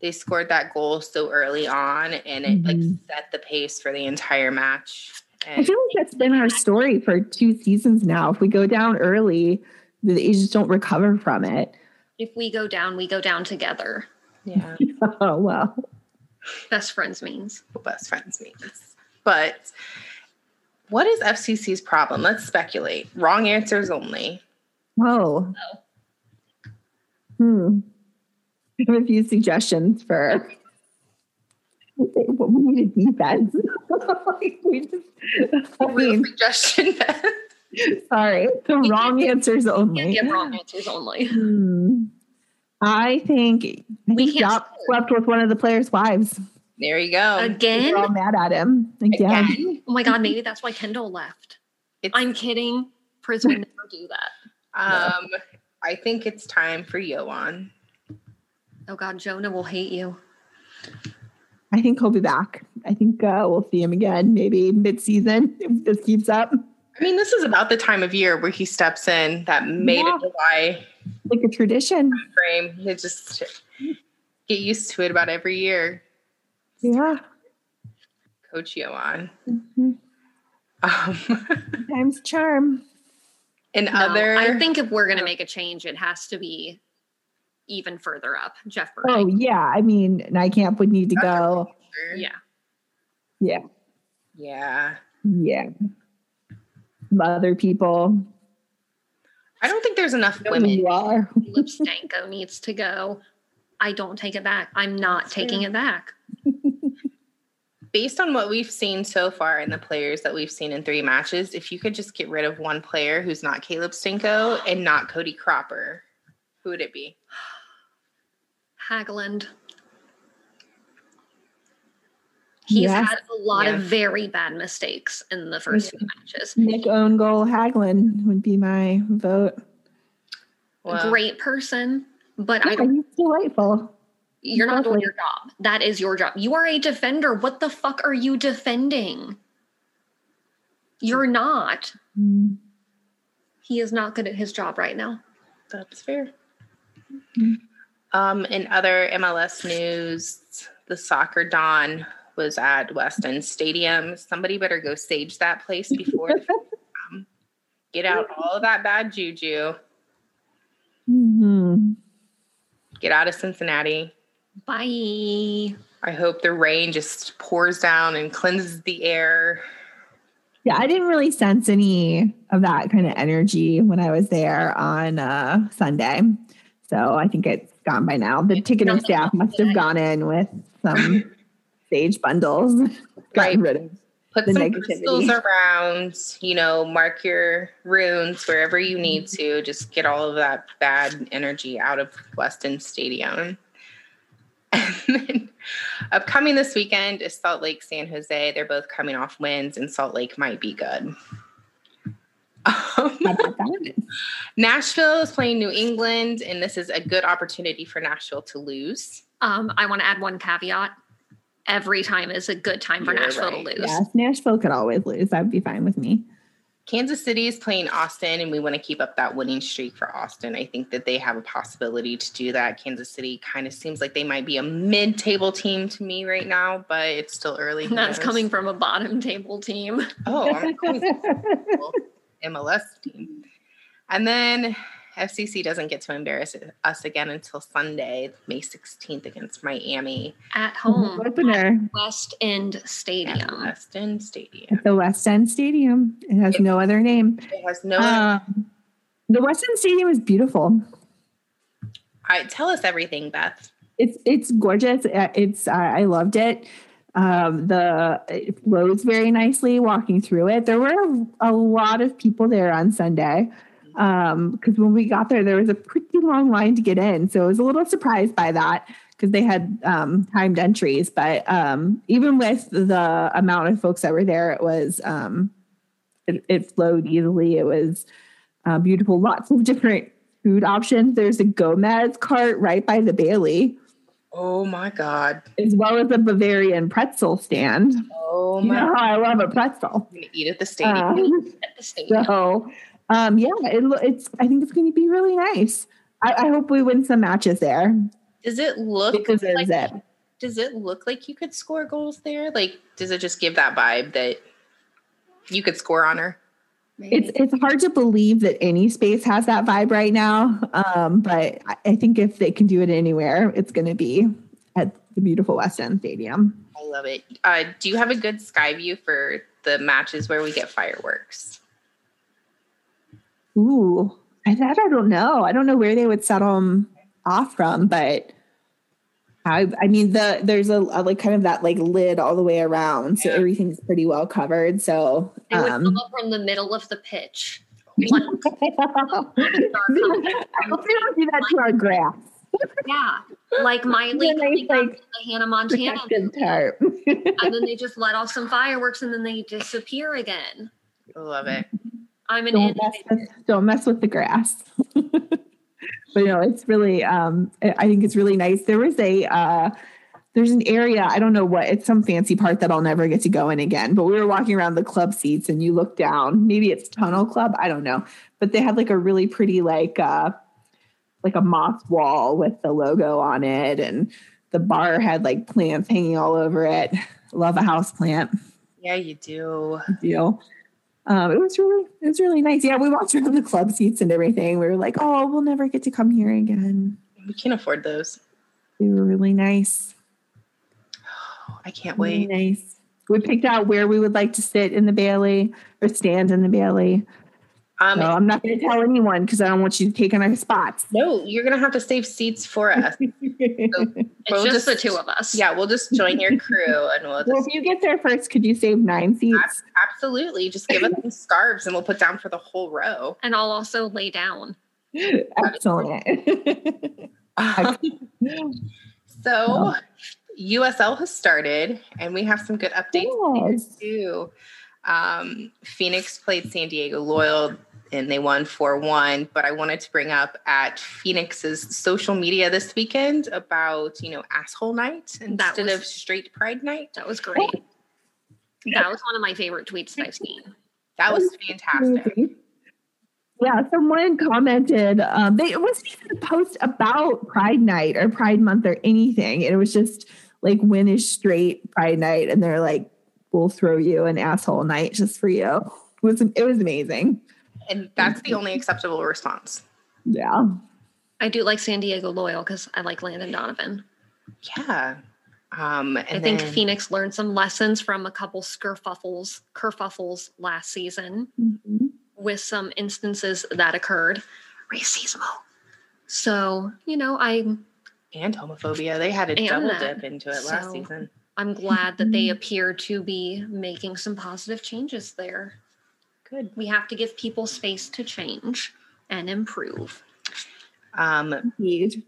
[SPEAKER 1] they scored that goal so early on, and it like
[SPEAKER 2] Mm-hmm.
[SPEAKER 3] Mhm.
[SPEAKER 1] set the pace for the entire match.
[SPEAKER 3] I
[SPEAKER 1] And
[SPEAKER 3] feel like that's been our story for two seasons now. If we go down early, the you just don't recover from it.
[SPEAKER 2] If we go down, we go down together.
[SPEAKER 1] yeah,
[SPEAKER 3] Oh well.
[SPEAKER 2] Best friends means.
[SPEAKER 1] what best friends means. But what is FCC's problem? Let's speculate. Wrong answers only.
[SPEAKER 3] Whoa. Hmm. I have a few suggestions for what we need a defense. Like, we just, I
[SPEAKER 1] Real
[SPEAKER 3] mean,
[SPEAKER 1] suggestion.
[SPEAKER 3] sorry, the wrong answers
[SPEAKER 2] Can't
[SPEAKER 3] only.
[SPEAKER 2] get wrong answers only.
[SPEAKER 3] Hmm. I think I
[SPEAKER 2] We
[SPEAKER 3] think
[SPEAKER 2] can't
[SPEAKER 3] Yop
[SPEAKER 2] score.
[SPEAKER 3] slept with one of the players' wives.
[SPEAKER 1] there Oh, you go.
[SPEAKER 3] They're all
[SPEAKER 2] Again?
[SPEAKER 3] mad at him. Again.
[SPEAKER 1] Again.
[SPEAKER 2] Oh my god, maybe that's why Kendall left.
[SPEAKER 1] It's-
[SPEAKER 2] I'm kidding. Priz would never do that.
[SPEAKER 1] Um, I think it's time for Yoan.
[SPEAKER 2] Oh god, Jonah will hate you.
[SPEAKER 3] I think he'll be back. I think uh, we'll see him again maybe mid-season if this keeps up.
[SPEAKER 1] I mean, this is about the time of year where he steps in that May
[SPEAKER 3] Yeah.
[SPEAKER 1] to July
[SPEAKER 3] like a tradition.
[SPEAKER 1] frame. You just get used to it about every year.
[SPEAKER 3] Yeah.
[SPEAKER 1] Coach you on.
[SPEAKER 2] Mm-hmm.
[SPEAKER 3] Mhm.
[SPEAKER 1] Um,
[SPEAKER 3] Times charm.
[SPEAKER 1] and
[SPEAKER 2] No,
[SPEAKER 1] other,
[SPEAKER 2] Um, I think if we're going to make a change, it has to be even further up. Jeff
[SPEAKER 3] Oh
[SPEAKER 2] Burton.
[SPEAKER 3] yeah. I mean, NICAMP would need to go.
[SPEAKER 2] yeah.
[SPEAKER 1] Yeah.
[SPEAKER 3] Yeah. Some Other people.
[SPEAKER 1] I don't think there's enough
[SPEAKER 3] You
[SPEAKER 1] women.
[SPEAKER 3] are.
[SPEAKER 2] Lipstanko needs to go. I don't take it back. I'm not taking it back.
[SPEAKER 1] Based on what we've seen so far and the players that we've seen in three matches, if you could just get rid of one player who's not Caleb Stinko and not Cody Cropper, who would it be?
[SPEAKER 2] Hagland. He's
[SPEAKER 3] Yes.
[SPEAKER 2] had a lot of
[SPEAKER 1] Yeah.
[SPEAKER 2] very bad mistakes in the first few matches.
[SPEAKER 3] Nick Own Goal Haglin would be my vote.
[SPEAKER 1] Well,
[SPEAKER 2] Great person, but I
[SPEAKER 3] Yeah,
[SPEAKER 2] don't,
[SPEAKER 3] he's delightful.
[SPEAKER 2] you're not doing
[SPEAKER 3] lovely.
[SPEAKER 2] your job. That is your job. You are a defender. What the fuck are you defending? You're not.
[SPEAKER 3] Mm.
[SPEAKER 2] He is not good at his job right now.
[SPEAKER 1] That's fair.
[SPEAKER 3] Mm.
[SPEAKER 1] Um, in other MLS news, the soccer dawn was at West End Stadium. Somebody better go sage that place before. um, get out all of that bad juju.
[SPEAKER 3] Mhm.
[SPEAKER 1] Get out of Cincinnati.
[SPEAKER 2] Bye.
[SPEAKER 1] I hope the rain just pours down and cleanses the air.
[SPEAKER 3] Yeah, I didn't really sense any of that kind of energy when I was there on uh, Sunday. So I think it's gone by now. The ticketing
[SPEAKER 2] Nothing
[SPEAKER 3] staff
[SPEAKER 2] else
[SPEAKER 3] must have
[SPEAKER 2] today.
[SPEAKER 3] gone in with some sage bundles.
[SPEAKER 1] Right.
[SPEAKER 3] Gotten rid of.
[SPEAKER 1] Put
[SPEAKER 3] The
[SPEAKER 1] some
[SPEAKER 3] negativity.
[SPEAKER 1] crystals around, you know, mark your runes wherever you need to. Just get all of that bad energy out of Weston Stadium. And then upcoming this weekend is Salt Lake, San Jose. They're both coming off wins, and Salt Lake might be good. Um,
[SPEAKER 3] How about that?
[SPEAKER 1] Nashville is playing New England, and this is a good opportunity for Nashville to lose.
[SPEAKER 2] Um, I want to add one caveat. Every time is a good time for
[SPEAKER 1] You're
[SPEAKER 2] Nashville
[SPEAKER 1] right.
[SPEAKER 2] to lose.
[SPEAKER 3] Yes, Nashville could always lose. That would be fine with me.
[SPEAKER 1] Kansas City is playing Austin, and we want to keep up that winning streak for Austin. I think that they have a possibility to do that. Kansas City kind of seems like they might be a mid table team to me right now, but it's still early. Who
[SPEAKER 2] And that's
[SPEAKER 1] knows?
[SPEAKER 2] coming from a bottom table team.
[SPEAKER 1] Oh, I'm always cool. MLS team. And then FCC doesn't get to embarrass us again until Sunday, May 16th, against Miami
[SPEAKER 2] at home at
[SPEAKER 3] Opener
[SPEAKER 2] West End
[SPEAKER 1] at
[SPEAKER 2] Stadium.
[SPEAKER 1] Weston Stadium.
[SPEAKER 3] at the West End Stadium. It has no other name.
[SPEAKER 1] It has no.
[SPEAKER 2] Uh,
[SPEAKER 3] Um, the West End Stadium is beautiful.
[SPEAKER 1] I, tell us everything, Beth.
[SPEAKER 3] It's it's gorgeous. Uh, It's uh, I loved it. Um, the it flows very nicely walking through it. There were a lot of people there on Sunday because when we got there, there was a pretty long line to get in. So I was a little surprised by that because they had um, timed entries. But um, even with the amount of folks that were there, it was um, it, it flowed easily. It was uh, beautiful. Lots of different food options. There's a Gomez cart right by the Bailey,
[SPEAKER 1] Oh my God.
[SPEAKER 3] as well as a Bavarian pretzel stand.
[SPEAKER 1] Oh
[SPEAKER 3] You
[SPEAKER 1] my
[SPEAKER 3] know how I love a pretzel.
[SPEAKER 1] I'm gonna eat at the
[SPEAKER 2] Uh,
[SPEAKER 1] stadium.
[SPEAKER 3] Um,
[SPEAKER 2] At the stadium.
[SPEAKER 3] so, um, yeah, it, lo- it's. I think it's going to be really nice. I, I hope we win some matches there.
[SPEAKER 1] does it look
[SPEAKER 3] It
[SPEAKER 1] like,
[SPEAKER 3] deserves it.
[SPEAKER 1] Does it look like you could score goals there? Like, does it just give that vibe that you could score on her?
[SPEAKER 3] It's it's hard to believe that any space has that vibe right now. Um, but I- I think if they can do it anywhere, it's going to be at the beautiful West End Stadium.
[SPEAKER 1] I love it. Uh, do you have a good sky view for the matches where we get fireworks?
[SPEAKER 3] Ooh, I, that I don't know. I don't know where they would set them off from, but I I mean the there's a, a like kind of that like lid all the way around, so
[SPEAKER 1] Yeah.
[SPEAKER 3] everything's pretty well covered. So
[SPEAKER 2] They would
[SPEAKER 3] um,
[SPEAKER 2] come up from the middle of the pitch. Like,
[SPEAKER 3] I hope they don't do that to our grass.
[SPEAKER 2] yeah. Like Miley
[SPEAKER 3] Then
[SPEAKER 2] coming
[SPEAKER 3] they,
[SPEAKER 2] up
[SPEAKER 3] like,
[SPEAKER 2] in the Hannah Montana.
[SPEAKER 3] Protective tarp.
[SPEAKER 2] And then they just let off some fireworks and then they disappear again.
[SPEAKER 1] I love it.
[SPEAKER 2] I'm an
[SPEAKER 3] don't mess
[SPEAKER 2] innovator.
[SPEAKER 3] with, don't mess with the grass. but no, it's really um I I think it's really nice. There was a uh there's an area, I don't know what, it's some fancy part that I'll never get to go in again. But we were walking around the club seats and you look down, maybe it's Tunnel Club, I don't know. But they had like a really pretty like uh like a moth wall with the logo on it and the bar had like plants hanging all over it. Love a house plant
[SPEAKER 1] Yeah, you do.
[SPEAKER 3] deal. Um, it was really, it was really nice. Yeah, we walked around the club seats and everything. We were like, oh, we'll never get to come here again.
[SPEAKER 1] We can afford those.
[SPEAKER 3] They were really nice.
[SPEAKER 1] I can't
[SPEAKER 3] Really
[SPEAKER 1] wait.
[SPEAKER 3] nice. We picked out where we would like to sit in the Bailey or stand in the Bailey.
[SPEAKER 1] Um,
[SPEAKER 3] No, I'm not going to tell anyone because I don't want you to take on our spots.
[SPEAKER 1] no, you're gonna have to save seats for us.
[SPEAKER 2] It's
[SPEAKER 1] We'll
[SPEAKER 2] just, the
[SPEAKER 1] just-
[SPEAKER 2] two of us.
[SPEAKER 1] yeah, we'll just join your crew and we'll
[SPEAKER 3] Well, if
[SPEAKER 1] just
[SPEAKER 3] you get there first, could you save nine seats?
[SPEAKER 1] absolutely just give us some scarves and we'll put down for the whole row.
[SPEAKER 2] And I'll also lay down.
[SPEAKER 3] Excellent.
[SPEAKER 1] Um, so USL has started and we have some good updates
[SPEAKER 3] yes.
[SPEAKER 1] too. Um, Phoenix played San Diego Loyal and they won 4 1. But I wanted to bring up at Phoenix's social media this weekend about, you know, asshole night
[SPEAKER 2] That
[SPEAKER 1] instead
[SPEAKER 2] was-
[SPEAKER 1] of straight pride night.
[SPEAKER 2] That was great.
[SPEAKER 1] Oh.
[SPEAKER 2] That was one of my favorite tweets that I've seen.
[SPEAKER 1] That was fantastic.
[SPEAKER 3] Yeah, someone commented. Um, they it wasn't even a post about Pride Night or Pride Month or anything. It was just like when is straight Pride Night, and they're like, "We'll throw you an asshole night just for you." It was it was amazing.
[SPEAKER 1] And that's the only acceptable response.
[SPEAKER 3] Yeah,
[SPEAKER 2] I do like San Diego Loyal because I like Landon Donovan.
[SPEAKER 1] Yeah. Um, and
[SPEAKER 2] I think
[SPEAKER 1] then-
[SPEAKER 2] Phoenix learned some lessons from a couple skerfuffles, kerfuffles last season with some instances that occurred. Racismo. So, you know, I'm
[SPEAKER 1] and homophobia. They had a
[SPEAKER 2] And
[SPEAKER 1] double
[SPEAKER 2] that.
[SPEAKER 1] dip into it last
[SPEAKER 2] So-
[SPEAKER 1] season.
[SPEAKER 2] I'm glad that they appear to be making some positive changes there.
[SPEAKER 1] Good.
[SPEAKER 2] We have to give people space to change and improve.
[SPEAKER 1] Um,
[SPEAKER 3] Indeed.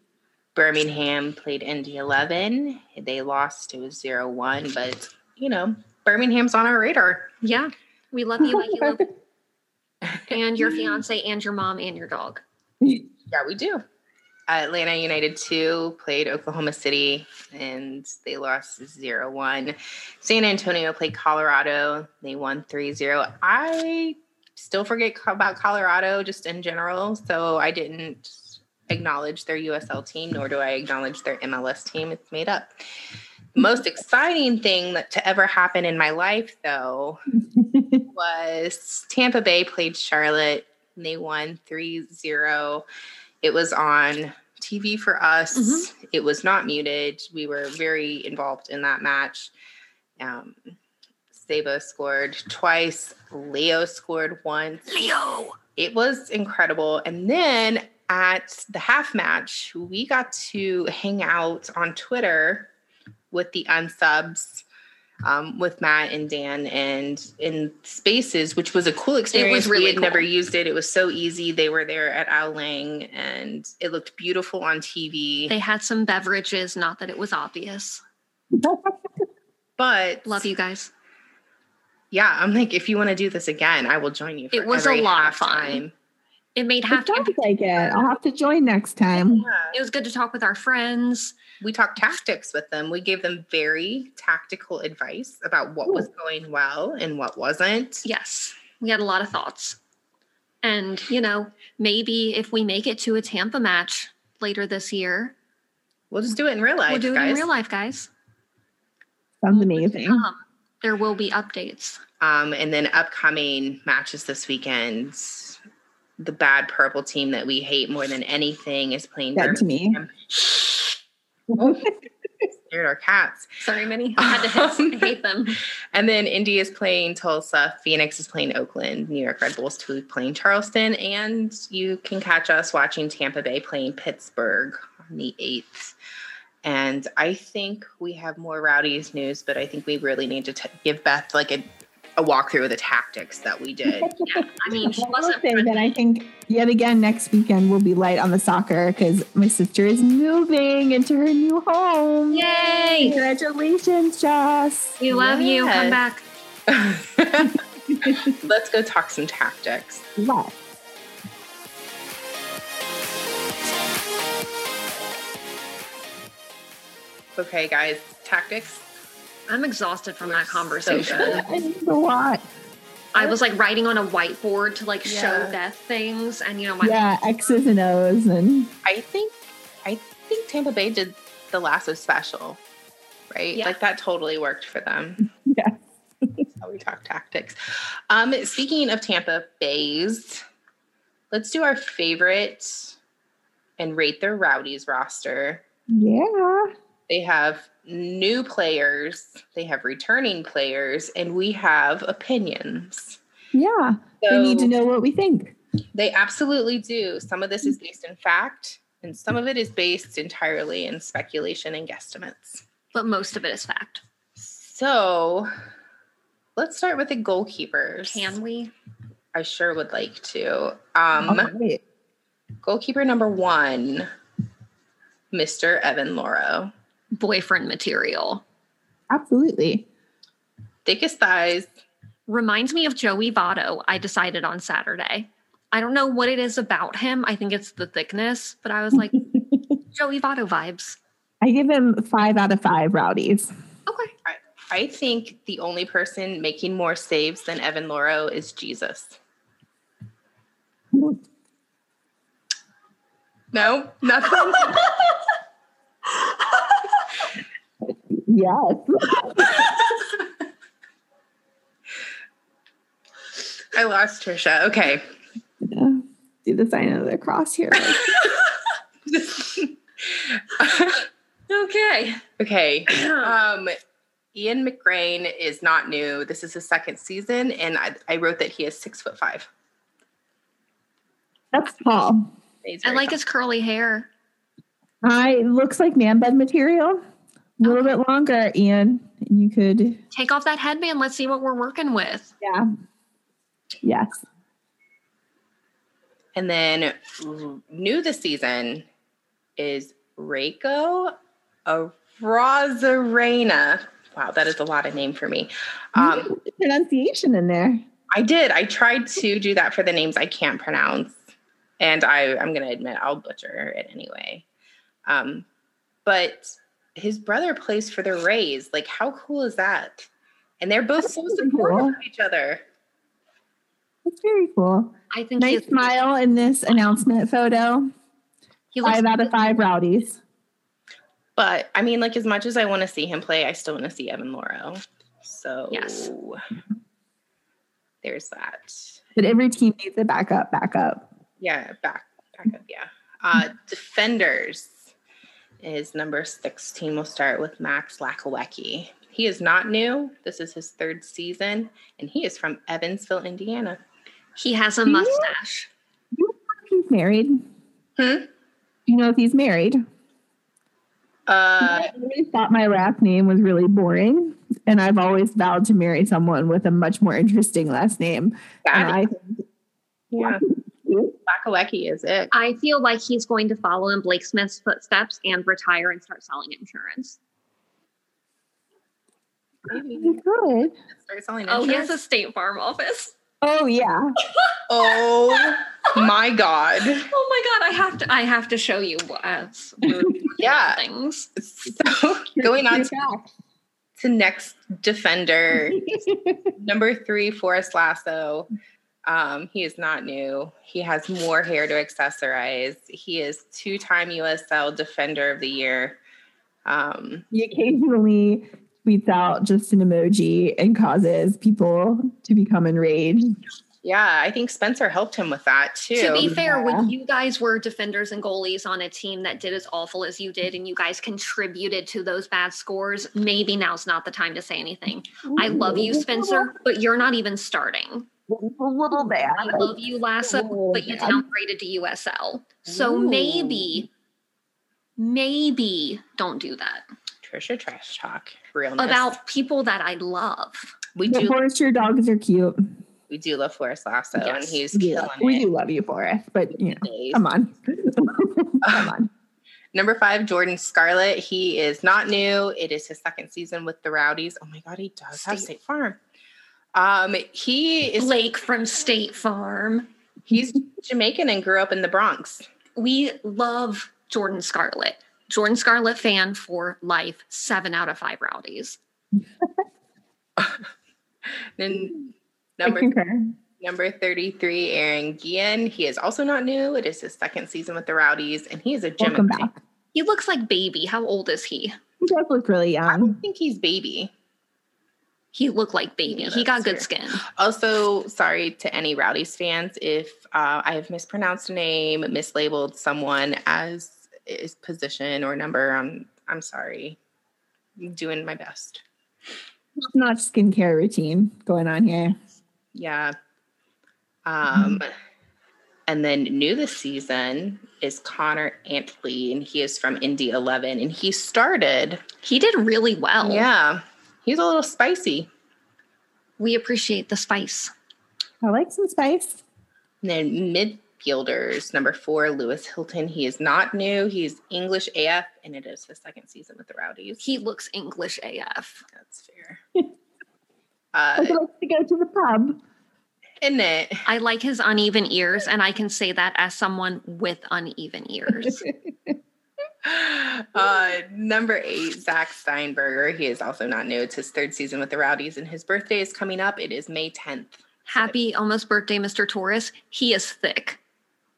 [SPEAKER 1] Birmingham played Indy 11. They lost. It was 0 1, but you know, Birmingham's on our radar.
[SPEAKER 2] Yeah. We love you like you love and
[SPEAKER 1] Hmm.
[SPEAKER 2] your fiance and your mom and your dog.
[SPEAKER 1] Yeah, we do. Atlanta United 2 played Oklahoma City and they lost 0 1. San Antonio played Colorado. They won 3 0. I still forget co- about Colorado just in general. So I didn't acknowledge their USL team, nor do I acknowledge their MLS team. It's made up. Most exciting thing that to ever happen in my life, though, was Tampa Bay played Charlotte. And they won 3 0. It was on TV for us.
[SPEAKER 2] Mhm.
[SPEAKER 1] It was not muted. We were very involved in that match. Um, Sabo scored twice, Leo scored once
[SPEAKER 2] Leo.
[SPEAKER 1] it was incredible. And then at the half match, we got to hang out on Twitter with the unsubs, um, with Matt and Dan, and in spaces, which was a cool experience.
[SPEAKER 2] really
[SPEAKER 1] we had
[SPEAKER 2] cool.
[SPEAKER 1] never used it. It was so easy. They were there at Ao Lang, and it looked beautiful on TV.
[SPEAKER 2] They had some beverages, not that it was obvious.
[SPEAKER 1] but
[SPEAKER 2] Love you guys.
[SPEAKER 1] yeah, I'm like, if you want to do this again, I will join you. For
[SPEAKER 2] It was a
[SPEAKER 1] every
[SPEAKER 2] lot of
[SPEAKER 1] halftime.
[SPEAKER 2] fun. It made
[SPEAKER 3] It
[SPEAKER 2] halftime.
[SPEAKER 3] sounds like it. I'll have to join next time.
[SPEAKER 2] It was good to talk with our friends.
[SPEAKER 1] we talked tactics with them. We gave them very tactical advice about what was going well and what wasn't.
[SPEAKER 2] Yes, we had a lot of thoughts. And, you know, maybe if we make it to a Tampa match later this year,
[SPEAKER 1] We'll just do it in real life,
[SPEAKER 2] we'll do it
[SPEAKER 1] guys. Mm-hmm.
[SPEAKER 2] in real life, guys.
[SPEAKER 3] Sounds amazing.
[SPEAKER 2] Um, there will be updates.
[SPEAKER 1] Um, and then upcoming matches this weekend. The bad purple team that we hate more than anything is playing
[SPEAKER 3] That to me.
[SPEAKER 1] Birmingham, our cats.
[SPEAKER 2] Sorry, Minnie. I had to hate, hate them.
[SPEAKER 1] And then Indy is playing Tulsa, Phoenix is playing Oakland, New York Red Bulls to playing Charleston, and you can catch us watching Tampa Bay playing Pittsburgh on the 8th. And I think we have more rowdies news, but I think we really need to t- give Beth like a, a walkthrough of the tactics that we did.
[SPEAKER 2] I mean, she
[SPEAKER 3] Well, I will
[SPEAKER 2] wasn't.
[SPEAKER 3] say that I think yet again next weekend will be light on the soccer because my sister is moving into her new home.
[SPEAKER 2] Yay!
[SPEAKER 3] Congratulations, Joss.
[SPEAKER 2] We love you. Come
[SPEAKER 1] Yes.
[SPEAKER 2] back.
[SPEAKER 1] Let's go talk some tactics.
[SPEAKER 3] Yes.
[SPEAKER 1] Okay, guys, tactics.
[SPEAKER 2] I'm exhausted from that
[SPEAKER 1] So
[SPEAKER 2] conversation.
[SPEAKER 1] good.
[SPEAKER 3] I need a lot.
[SPEAKER 2] I was like writing on a whiteboard to like
[SPEAKER 1] Yeah.
[SPEAKER 2] show Beth things, and you know my
[SPEAKER 3] yeah, X's and O's and
[SPEAKER 1] I think I think Tampa Bay did the Lasso special, right?
[SPEAKER 2] Yeah.
[SPEAKER 1] Like that totally worked for them.
[SPEAKER 3] Yeah.
[SPEAKER 1] That's how we talk tactics. Um, speaking of Tampa Bay's, let's do our favorite and rate their rowdies roster.
[SPEAKER 3] yeah.
[SPEAKER 1] They have new players, they have returning players, and we have opinions.
[SPEAKER 3] Yeah.
[SPEAKER 1] So
[SPEAKER 3] we need to know what we think.
[SPEAKER 1] They absolutely do. Some of this is based in fact, and some of it is based entirely in speculation and guesstimates.
[SPEAKER 2] but most of it is fact.
[SPEAKER 1] So let's start with the goalkeepers.
[SPEAKER 2] Can we?
[SPEAKER 1] I sure would like to. Um,
[SPEAKER 3] Oh, wait.
[SPEAKER 1] Goalkeeper number one, Mr. Evan Loro.
[SPEAKER 2] Boyfriend material
[SPEAKER 3] Absolutely.
[SPEAKER 1] Thickest thighs.
[SPEAKER 2] reminds me of Joey Votto. I decided on Saturday. I don't know what it is about him. I think it's the thickness, but I was like Joey Votto vibes.
[SPEAKER 3] I give him five out of five rowdies.
[SPEAKER 2] Okay,
[SPEAKER 1] I think the only person making more saves than Evan Loro is Jesus. No, nothing.
[SPEAKER 3] Yes.
[SPEAKER 1] I lost Trisha. Okay.
[SPEAKER 3] Do the sign of the cross here.
[SPEAKER 2] okay.
[SPEAKER 1] okay. Um, Ian McRain is not new. This is his second season, and I, I wrote that he is six foot five.
[SPEAKER 3] That's tall.
[SPEAKER 1] He's
[SPEAKER 2] I
[SPEAKER 1] very
[SPEAKER 2] like
[SPEAKER 1] tall.
[SPEAKER 2] his curly hair.
[SPEAKER 3] I looks like man bed material. A little bit longer, Ian. You could
[SPEAKER 2] Take off that headband. Let's see what we're working with.
[SPEAKER 3] Yeah. Yes.
[SPEAKER 1] And then r- new this season is Reiko Arozarena. Wow, that is a lot of name for me. Um,
[SPEAKER 3] You put pronunciation in there.
[SPEAKER 1] I did. I tried to do that for the names I can't pronounce. And I, I'm going to admit I'll butcher it anyway. Um, but his brother plays for the Rays. Like, how cool is that? And they're both so
[SPEAKER 3] That's pretty
[SPEAKER 1] supportive
[SPEAKER 3] cool.
[SPEAKER 1] of each other.
[SPEAKER 3] That's very cool.
[SPEAKER 2] I think
[SPEAKER 3] Nice
[SPEAKER 2] he,
[SPEAKER 3] smile in this announcement photo.
[SPEAKER 2] he looks
[SPEAKER 3] Five out of five rowdies.
[SPEAKER 1] But I mean, like, as much as I want to see him play, I still want to see Evan Loro. So,
[SPEAKER 2] Yes.
[SPEAKER 1] there's that.
[SPEAKER 3] But every team needs a backup, backup.
[SPEAKER 1] Yeah, back, back up. Yeah. Uh, defenders is number 16. We'll start with Max Lakawecki. He is not new. This is his third season, and he is from Evansville, Indiana.
[SPEAKER 2] he has a mustache.
[SPEAKER 3] He's married.
[SPEAKER 1] Hmm?
[SPEAKER 3] You know if he's married.
[SPEAKER 1] Uh,
[SPEAKER 3] I always thought my rap name was really boring, and I've always vowed to marry someone with a much more interesting last name. And
[SPEAKER 1] that,
[SPEAKER 3] I think
[SPEAKER 1] yeah, Lakawecki is it.
[SPEAKER 2] I feel like he's going to follow in Blake Smith's footsteps and retire and start selling insurance.
[SPEAKER 1] Maybe
[SPEAKER 3] he could.
[SPEAKER 1] start selling
[SPEAKER 2] Oh, he has a
[SPEAKER 1] insurance.
[SPEAKER 2] State Farm office.
[SPEAKER 3] Oh yeah,
[SPEAKER 1] Oh my God.
[SPEAKER 2] Oh my God, I have to. I have to show you what uh,
[SPEAKER 1] Yeah.
[SPEAKER 2] things.
[SPEAKER 1] So going on to,
[SPEAKER 3] back.
[SPEAKER 1] to next defender, number three, Forrest Lasso. Um, he is not new. He has more hair to accessorize. He is two-time USL Defender of the Year. Um,
[SPEAKER 3] he occasionally tweets out just an emoji and causes people to become enraged.
[SPEAKER 1] yeah, I think Spencer helped him with that too.
[SPEAKER 2] To be fair, when
[SPEAKER 3] Yeah.
[SPEAKER 2] you guys were defenders and goalies on a team that did as awful as you did, and you guys contributed to those bad scores, maybe now's not the time to say anything. I love you, Spencer, but you're not even starting.
[SPEAKER 3] A little bit.
[SPEAKER 2] I love you, Lasso, but you
[SPEAKER 3] Yeah.
[SPEAKER 2] downgraded to USL. So
[SPEAKER 1] Ooh.
[SPEAKER 2] maybe, maybe don't do that
[SPEAKER 1] Trisha trash talk, realness.
[SPEAKER 2] about people that I love.
[SPEAKER 1] we
[SPEAKER 3] But
[SPEAKER 1] do
[SPEAKER 3] Forrest, your dogs are cute.
[SPEAKER 1] we do love Forrest Lasso, and
[SPEAKER 2] Yes,
[SPEAKER 1] he's
[SPEAKER 3] We do
[SPEAKER 1] killing
[SPEAKER 3] love- we
[SPEAKER 1] it.
[SPEAKER 3] do love you, Forrest, but you know,
[SPEAKER 1] these
[SPEAKER 3] come on, come on.
[SPEAKER 1] Number five, Jordan Scarlett. He is not new. It is his second season with the Rowdies. Oh my God, he does have
[SPEAKER 2] State-
[SPEAKER 1] State Farm. Um, he is
[SPEAKER 2] Blake from State Farm.
[SPEAKER 1] he's Jamaican and grew up in the Bronx.
[SPEAKER 2] We love Jordan Scarlett. Jordan Scarlett fan for life. Seven out of five rowdies.
[SPEAKER 1] And Number
[SPEAKER 3] I concur.
[SPEAKER 1] Number 33, Aaron Guillen. He is also not new. It is his second season with the Rowdies, and he is a Gemini.
[SPEAKER 3] Welcome back.
[SPEAKER 2] He looks like baby. How old is he?
[SPEAKER 3] He does look really
[SPEAKER 1] I
[SPEAKER 3] young.
[SPEAKER 1] don't think he's baby.
[SPEAKER 2] He looked like baby.
[SPEAKER 1] Yeah,
[SPEAKER 2] he got
[SPEAKER 1] that's
[SPEAKER 2] good skin.
[SPEAKER 1] Also, sorry to any Rowdies fans if uh, I have mispronounced a name, mislabeled someone as his position or number. I'm, I'm sorry. I'm doing my best.
[SPEAKER 3] Not skincare routine going on here.
[SPEAKER 1] Yeah. Um, and then new this season is Connor Antley, and he is from Indy 11, and he started.
[SPEAKER 2] He did really well.
[SPEAKER 1] Yeah, he's a little spicy.
[SPEAKER 2] We appreciate the spice.
[SPEAKER 3] I like some spice.
[SPEAKER 1] And then midfielders, number four, Lewis Hilton. He is not new. He's English AF, and it is his second season with the Rowdies.
[SPEAKER 2] He looks English AF.
[SPEAKER 1] That's fair. uh,
[SPEAKER 3] Like
[SPEAKER 2] Uh,
[SPEAKER 3] I like to go to the pub.
[SPEAKER 1] in it,
[SPEAKER 2] I like his uneven ears, and I can say that as someone with uneven ears.
[SPEAKER 1] Uh, number eight, Zach Steinberger. He is also not new. It's his third season with the Rowdies, and his birthday is coming up. It is May 10th.
[SPEAKER 2] Happy almost birthday, Mr. Taurus. He is thick.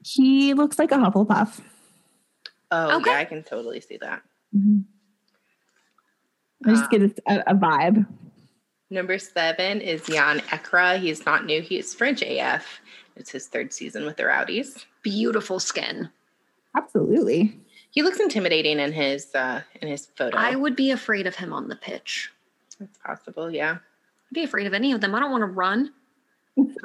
[SPEAKER 3] He looks like a Hufflepuff.
[SPEAKER 1] Oh,
[SPEAKER 2] Okay.
[SPEAKER 1] yeah, I can totally see that.
[SPEAKER 3] I just
[SPEAKER 1] Uh,
[SPEAKER 3] get a, a vibe.
[SPEAKER 1] Number seven is Jan Ekra. He is not new. He is French AF. It's his third season with the Rowdies.
[SPEAKER 2] Beautiful skin.
[SPEAKER 3] Absolutely.
[SPEAKER 1] He looks intimidating in his uh, in his photo.
[SPEAKER 2] I would be afraid of him on the pitch.
[SPEAKER 1] it's possible, yeah.
[SPEAKER 2] I'd be afraid of any of them. I don't want to run. it's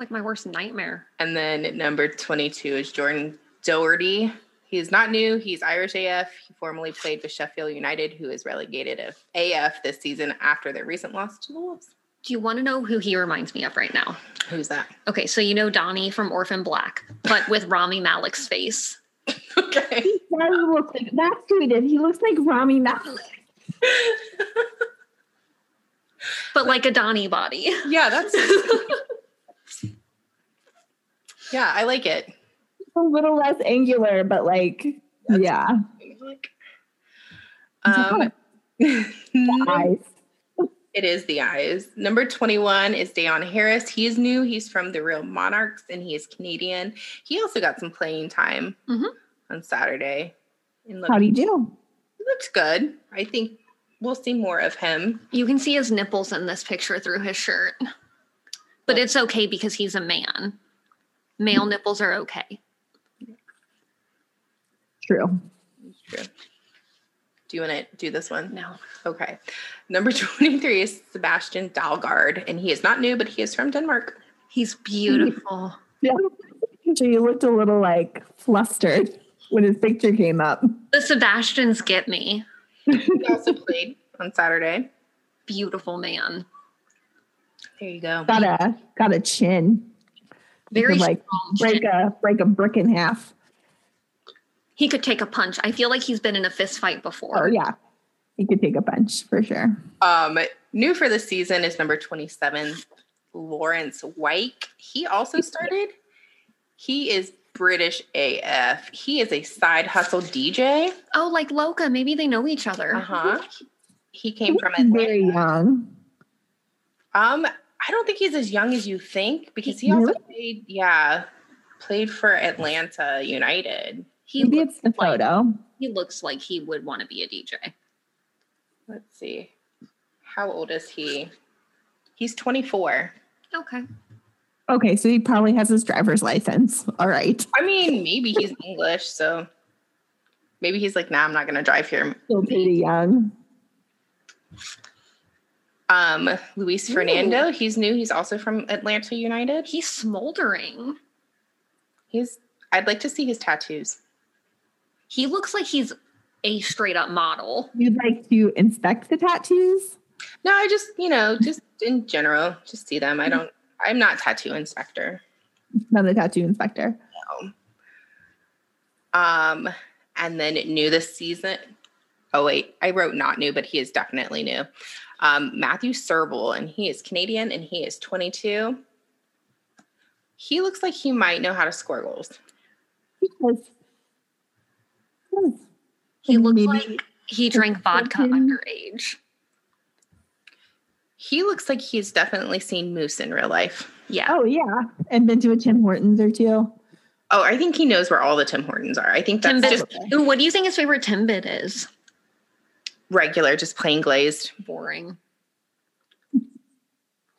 [SPEAKER 2] like my worst nightmare.
[SPEAKER 1] And then number 22 is Jordan Doherty. He is not new. He's Irish AF. He formerly played with Sheffield United, who is relegated of AF this season after their recent loss to the Wolves.
[SPEAKER 2] Do you want to know who he reminds me of right now?
[SPEAKER 1] Who's that?
[SPEAKER 2] Okay, so you know Donnie from Orphan Black, but with Rami Malek's face.
[SPEAKER 1] Okay.
[SPEAKER 3] He does look like that's who he did. He looks like Rami Malek.
[SPEAKER 2] But like a Donnie body.
[SPEAKER 1] Yeah, that's. yeah, I like it.
[SPEAKER 3] A little less angular, but like,
[SPEAKER 1] That's-
[SPEAKER 3] yeah.
[SPEAKER 1] Um,
[SPEAKER 3] Eyes.
[SPEAKER 1] it is the eyes. Number 21 is Dayon Harris. He is new. He's from the Real Monarchs and he is Canadian. He also got some playing time
[SPEAKER 2] Mhm.
[SPEAKER 1] on Saturday. And looked,
[SPEAKER 3] How do you do?
[SPEAKER 1] he looked good. I think we'll see more of him.
[SPEAKER 2] You can see his nipples in this picture through his shirt. But it's okay because he's a man. Male
[SPEAKER 3] Hmm.
[SPEAKER 2] nipples are okay.
[SPEAKER 3] True.
[SPEAKER 1] It's true. Do you want to do this one?
[SPEAKER 2] No.
[SPEAKER 1] Okay. Number 23 is Sebastian Dalgard, and he is not new, but he is from Denmark.
[SPEAKER 2] He's beautiful.
[SPEAKER 3] Yeah. So you looked a little like flustered when his picture came up.
[SPEAKER 2] the Sebastians get me.
[SPEAKER 1] He also played on Saturday.
[SPEAKER 2] Beautiful man.
[SPEAKER 1] There you go.
[SPEAKER 3] Got a got a chin.
[SPEAKER 2] Very
[SPEAKER 3] Could, like,
[SPEAKER 2] strong.
[SPEAKER 3] Break a break a brick in half.
[SPEAKER 2] He could take a punch. I feel like he's been in a fist fight
[SPEAKER 3] Oh
[SPEAKER 2] before.
[SPEAKER 3] yeah. He could take a bunch for sure.
[SPEAKER 1] Um, new for the season is number 27, Lawrence Wyke. He also started. He is British AF. He is a side hustle DJ.
[SPEAKER 2] Oh, like Loca. Maybe they know each other.
[SPEAKER 1] Uh
[SPEAKER 3] Uh-huh.
[SPEAKER 1] huh. He came from
[SPEAKER 3] He's very
[SPEAKER 1] Atlanta.
[SPEAKER 3] young.
[SPEAKER 1] Um, I don't think he's as young as you think because he also played, yeah, played for Atlanta United.
[SPEAKER 2] He
[SPEAKER 3] Maybe
[SPEAKER 2] looks
[SPEAKER 3] it's the
[SPEAKER 2] like-
[SPEAKER 3] photo.
[SPEAKER 2] he looks like he would want to be a DJ.
[SPEAKER 1] Let's see. How old is he? He's 24.
[SPEAKER 2] Okay.
[SPEAKER 3] Okay, so he probably has his driver's license. All right.
[SPEAKER 1] I mean, maybe he's English, so maybe he's like, nah, I'm not gonna drive here.
[SPEAKER 3] Still pretty young.
[SPEAKER 1] Um, Luis Fernando, he's new, he's also from Atlanta United.
[SPEAKER 2] He's smoldering.
[SPEAKER 1] He's I'd like to see his tattoos.
[SPEAKER 2] He looks like he's a straight up model.
[SPEAKER 3] You'd like to inspect the tattoos?
[SPEAKER 1] No, I just, you know, just in general, just see them. I don't I'm not tattoo inspector.
[SPEAKER 3] Not the tattoo inspector.
[SPEAKER 1] Um, and then new this season. Oh wait, I wrote not new, but he is definitely new. Um, Matthew Serbel, and he is Canadian, and he is 22. He looks like he might know how to score goals.
[SPEAKER 3] Because
[SPEAKER 2] He looks
[SPEAKER 3] Maybe-
[SPEAKER 2] like he drank vodka
[SPEAKER 3] Mhm.
[SPEAKER 2] underage.
[SPEAKER 1] He looks like he's definitely seen moose in real life.
[SPEAKER 2] Yeah.
[SPEAKER 3] Oh yeah, and been to a Tim Hortons or two.
[SPEAKER 1] Oh, I think he knows where all the Tim Hortons are. I think that's
[SPEAKER 2] Timbit.
[SPEAKER 1] just
[SPEAKER 2] Ooh, what do you think his favorite Timbit is?
[SPEAKER 1] regular, just plain glazed.
[SPEAKER 2] Boring.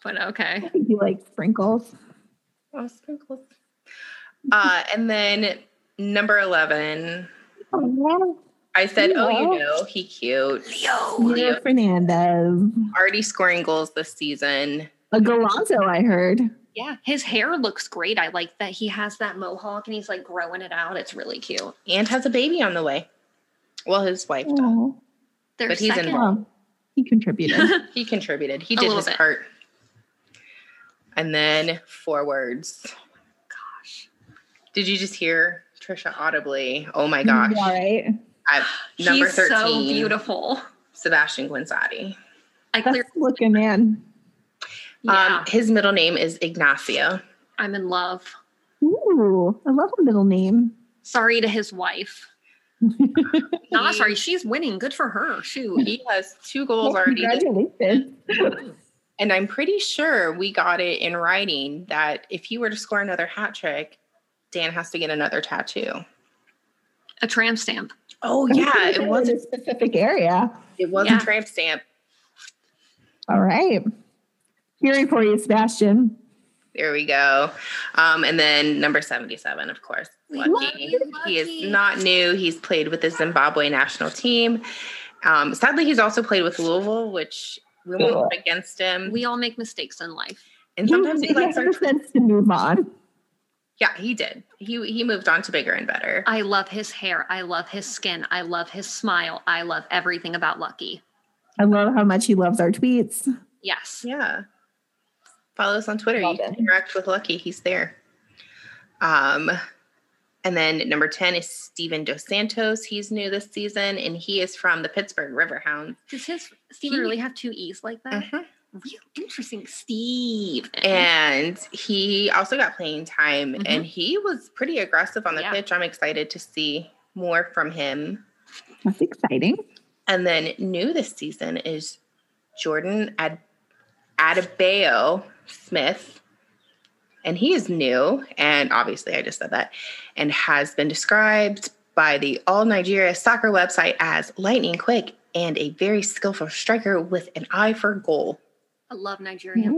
[SPEAKER 2] But okay.
[SPEAKER 3] He like sprinkles.
[SPEAKER 1] Oh, sprinkles. Uh, and then number 11,
[SPEAKER 3] Oh,
[SPEAKER 1] I said, Oh, you
[SPEAKER 3] Leo.
[SPEAKER 1] know, he cute.
[SPEAKER 2] Leo.
[SPEAKER 3] Leo Fernandez,
[SPEAKER 1] Already scoring goals this season.
[SPEAKER 3] a Galazzo, I heard.
[SPEAKER 2] Yeah. His hair looks great. I like that he has that mohawk and he's like growing it out. It's really cute.
[SPEAKER 1] And has a baby on the way. Well, his wife does.
[SPEAKER 3] Oh,
[SPEAKER 2] They're
[SPEAKER 1] But he's
[SPEAKER 2] second.
[SPEAKER 1] involved.
[SPEAKER 3] wow. he contributed.
[SPEAKER 1] He contributed. He
[SPEAKER 2] A
[SPEAKER 1] did
[SPEAKER 2] little
[SPEAKER 1] his
[SPEAKER 2] bit.
[SPEAKER 1] part. And then forwards.
[SPEAKER 2] Gosh.
[SPEAKER 1] Did you just hear Trisha audibly? Oh my gosh.
[SPEAKER 3] all right.
[SPEAKER 1] I- number
[SPEAKER 2] he's
[SPEAKER 1] 13,
[SPEAKER 2] so beautiful.
[SPEAKER 1] Sebastian Guinzotti.
[SPEAKER 2] I clear.
[SPEAKER 3] Best looking man.
[SPEAKER 2] Yeah,
[SPEAKER 1] Um, his middle name is Ignacio.
[SPEAKER 2] I'm in love.
[SPEAKER 3] Ooh, I love a middle name.
[SPEAKER 2] Sorry to his wife. Not sorry. She's winning. Good for her. Shoot.
[SPEAKER 1] He has two goals
[SPEAKER 3] Well,
[SPEAKER 1] already. this-
[SPEAKER 3] Congratulations.
[SPEAKER 1] And I'm pretty sure we got it in writing that if he were to score another hat trick, Dan has to get another tattoo.
[SPEAKER 2] A tram stamp.
[SPEAKER 1] Oh yeah, it was
[SPEAKER 3] in a specific area.
[SPEAKER 1] it was
[SPEAKER 2] Yeah.
[SPEAKER 1] a tramp stamp.
[SPEAKER 3] All right. Hearing for you, Sebastian.
[SPEAKER 1] There we go. Um, and then number 77, of course.
[SPEAKER 2] We
[SPEAKER 1] Lucky.
[SPEAKER 2] love you,
[SPEAKER 1] He
[SPEAKER 2] Lucky.
[SPEAKER 1] is not new. He's played with the Zimbabwe national team. Um, sadly, he's also played with Louisville, which we won't
[SPEAKER 3] Ugh.
[SPEAKER 1] hold against him.
[SPEAKER 2] We all make mistakes in life.
[SPEAKER 1] and sometimes he
[SPEAKER 3] He
[SPEAKER 1] likes
[SPEAKER 3] has
[SPEAKER 1] our
[SPEAKER 3] the sense to move on.
[SPEAKER 1] Yeah, he did. He he moved on to bigger and better.
[SPEAKER 2] I love his hair. I love his skin. I love his smile. I love everything about Lucky.
[SPEAKER 3] I love how much he loves our tweets.
[SPEAKER 2] Yes.
[SPEAKER 1] Yeah. Follow us on Twitter.
[SPEAKER 3] Love
[SPEAKER 1] you can
[SPEAKER 3] it.
[SPEAKER 1] interact with Lucky. He's there. Um, and then number 10 is Steven Dos Santos. He's new this season, and he is from the Pittsburgh Riverhounds.
[SPEAKER 2] Does his Steve really have two E's like that?
[SPEAKER 1] Mhm.
[SPEAKER 2] Real interesting, Steve.
[SPEAKER 1] And he also got playing time,
[SPEAKER 2] Mhm.
[SPEAKER 1] and he was pretty aggressive on the
[SPEAKER 2] Yeah.
[SPEAKER 1] pitch. I'm excited to see more from him.
[SPEAKER 3] That's exciting.
[SPEAKER 1] And then new this season is Jordan Ad- Adebayo Smith. And he is new, and obviously I just said that, and has been described by the All Nigeria soccer website as lightning quick and a very skillful striker with an eye for goal.
[SPEAKER 2] I love Nigeria.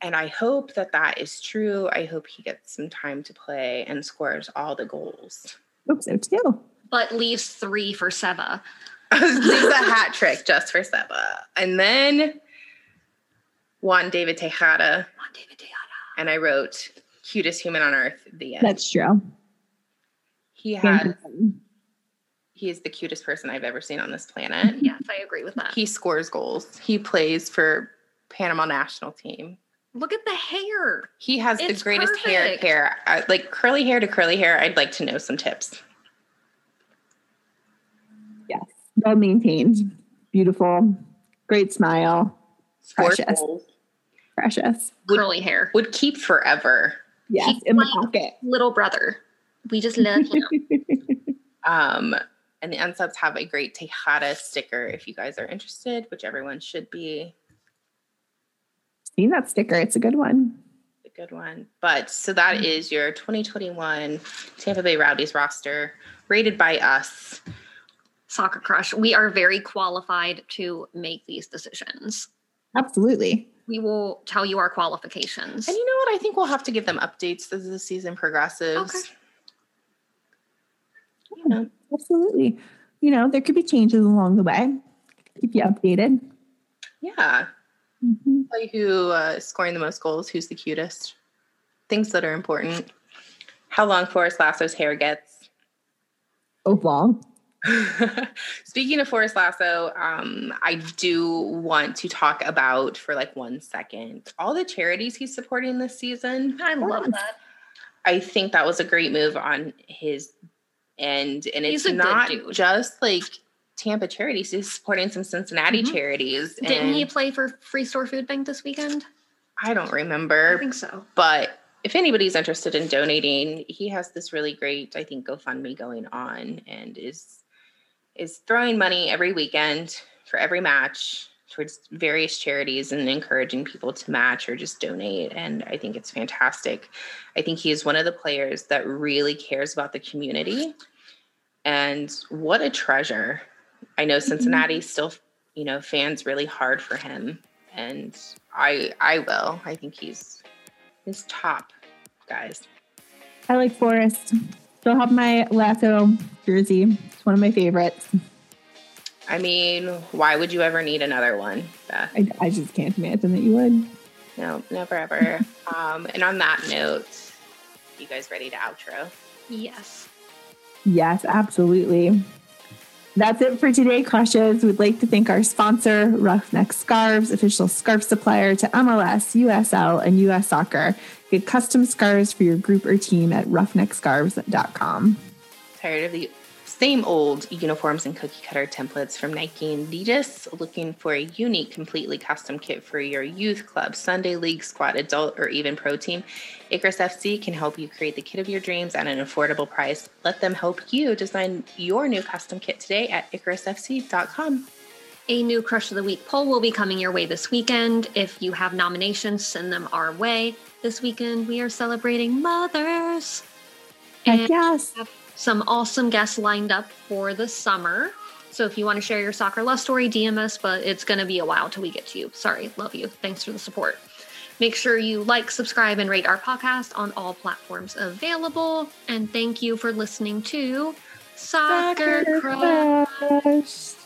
[SPEAKER 1] And I hope that that is true. I hope he gets some time to play and scores all the goals.
[SPEAKER 3] Hope so too.
[SPEAKER 2] But leaves three for Seva.
[SPEAKER 1] Leave a hat trick just for Seba. And then Juan David Tejada.
[SPEAKER 2] Juan Oh, David Tejada.
[SPEAKER 1] and I wrote "cutest human on earth." The end.
[SPEAKER 3] That's true.
[SPEAKER 1] he has. He is the cutest person I've ever seen on this planet.
[SPEAKER 2] Yes, I agree with that.
[SPEAKER 1] He scores goals. He plays for Panama national team.
[SPEAKER 2] Look at the hair.
[SPEAKER 1] He has
[SPEAKER 2] It's
[SPEAKER 1] the greatest
[SPEAKER 2] perfect.
[SPEAKER 1] hair care. I, like curly hair to curly hair. I'd like to know some tips.
[SPEAKER 3] Yes. Well maintained. Beautiful. Great smile.
[SPEAKER 1] Scores
[SPEAKER 3] Precious.
[SPEAKER 1] goals.
[SPEAKER 3] Precious.
[SPEAKER 1] Would-
[SPEAKER 2] Curly hair.
[SPEAKER 1] Would keep forever.
[SPEAKER 3] Yes.
[SPEAKER 2] He's
[SPEAKER 3] in the
[SPEAKER 2] like-
[SPEAKER 3] pocket.
[SPEAKER 2] Little brother. We just love him.
[SPEAKER 1] Um, and the unsubs have a great Tejada sticker if you guys are interested, which everyone should be.
[SPEAKER 3] Seen that sticker. It's a good one.
[SPEAKER 1] a good one. But so that is your 2021 Tampa Bay Rowdies roster, rated by us.
[SPEAKER 2] Soccer crush. We are very qualified to make these decisions.
[SPEAKER 3] Absolutely.
[SPEAKER 2] We will tell you our qualifications.
[SPEAKER 1] And you know what? I think we'll have to give them updates as the season progresses.
[SPEAKER 2] Okay.
[SPEAKER 1] You know,
[SPEAKER 3] Absolutely. You know, there could be changes along the way. Keep you updated.
[SPEAKER 1] yeah,
[SPEAKER 3] Mhm.
[SPEAKER 1] like who uh, is scoring the most goals, who's the cutest, things that are important, how long Forrest Lasso's hair gets.
[SPEAKER 3] Oh, wow.
[SPEAKER 1] Speaking of Forrest Lasso, um, I do want to talk about for like one second all the charities he's supporting this season.
[SPEAKER 2] I love that.
[SPEAKER 1] I think that was a great move on his end. And
[SPEAKER 2] He's
[SPEAKER 1] it's
[SPEAKER 2] a good
[SPEAKER 1] not
[SPEAKER 2] dude.
[SPEAKER 1] just like Tampa charities, he's supporting some Cincinnati
[SPEAKER 2] Mhm.
[SPEAKER 1] charities.
[SPEAKER 2] Didn't
[SPEAKER 1] and
[SPEAKER 2] he play for Free Store Food Bank this weekend?
[SPEAKER 1] I don't
[SPEAKER 2] I
[SPEAKER 1] remember,
[SPEAKER 2] think so.
[SPEAKER 1] but if anybody's interested in donating, he has this really great, I think, GoFundMe going on and is is throwing money every weekend for every match towards various charities and encouraging people to match or just donate. And I think it's fantastic. I think he is one of the players that really cares about the community. And what a treasure. I know Cincinnati still, you know, fans really hard for him. And I I will. I think he's he's top, guys.
[SPEAKER 3] I like Forest. Still have my lasso jersey. It's one of my favorites.
[SPEAKER 1] I mean, why would you ever need another one, Beth?
[SPEAKER 3] I, I just can't imagine that you would.
[SPEAKER 1] No, never ever. um, and on that note, you guys ready to outro?
[SPEAKER 2] Yes.
[SPEAKER 3] Yes, absolutely. That's it for today, crushes. We'd like to thank our sponsor, Roughneck Scarves, official scarf supplier to MLS, USL, and US Soccer. Get custom scarves for your group or team at roughneckscarves.com.
[SPEAKER 1] Tired of the same old uniforms and cookie cutter templates from Nike and Adidas? Looking for a unique, completely custom kit for your youth club, Sunday league, squad, adult, or even pro team? Icarus FC can help you create the kit of your dreams at an affordable price. Let them help you design your new custom kit today at IcarusFC.com.
[SPEAKER 2] A new Crush of the Week poll will be coming your way this weekend. If you have nominations, send them our way. This weekend, we are celebrating mothers.
[SPEAKER 3] Heck yes.
[SPEAKER 2] some awesome guests lined up for the summer. So if you want to share your soccer love story, DM us, but it's going to be a while till we get to you. Sorry, love you. Thanks for the support. Make sure you like, subscribe, and rate our podcast on all platforms available. And thank you for listening to Soccer, Crush.
[SPEAKER 3] Crush.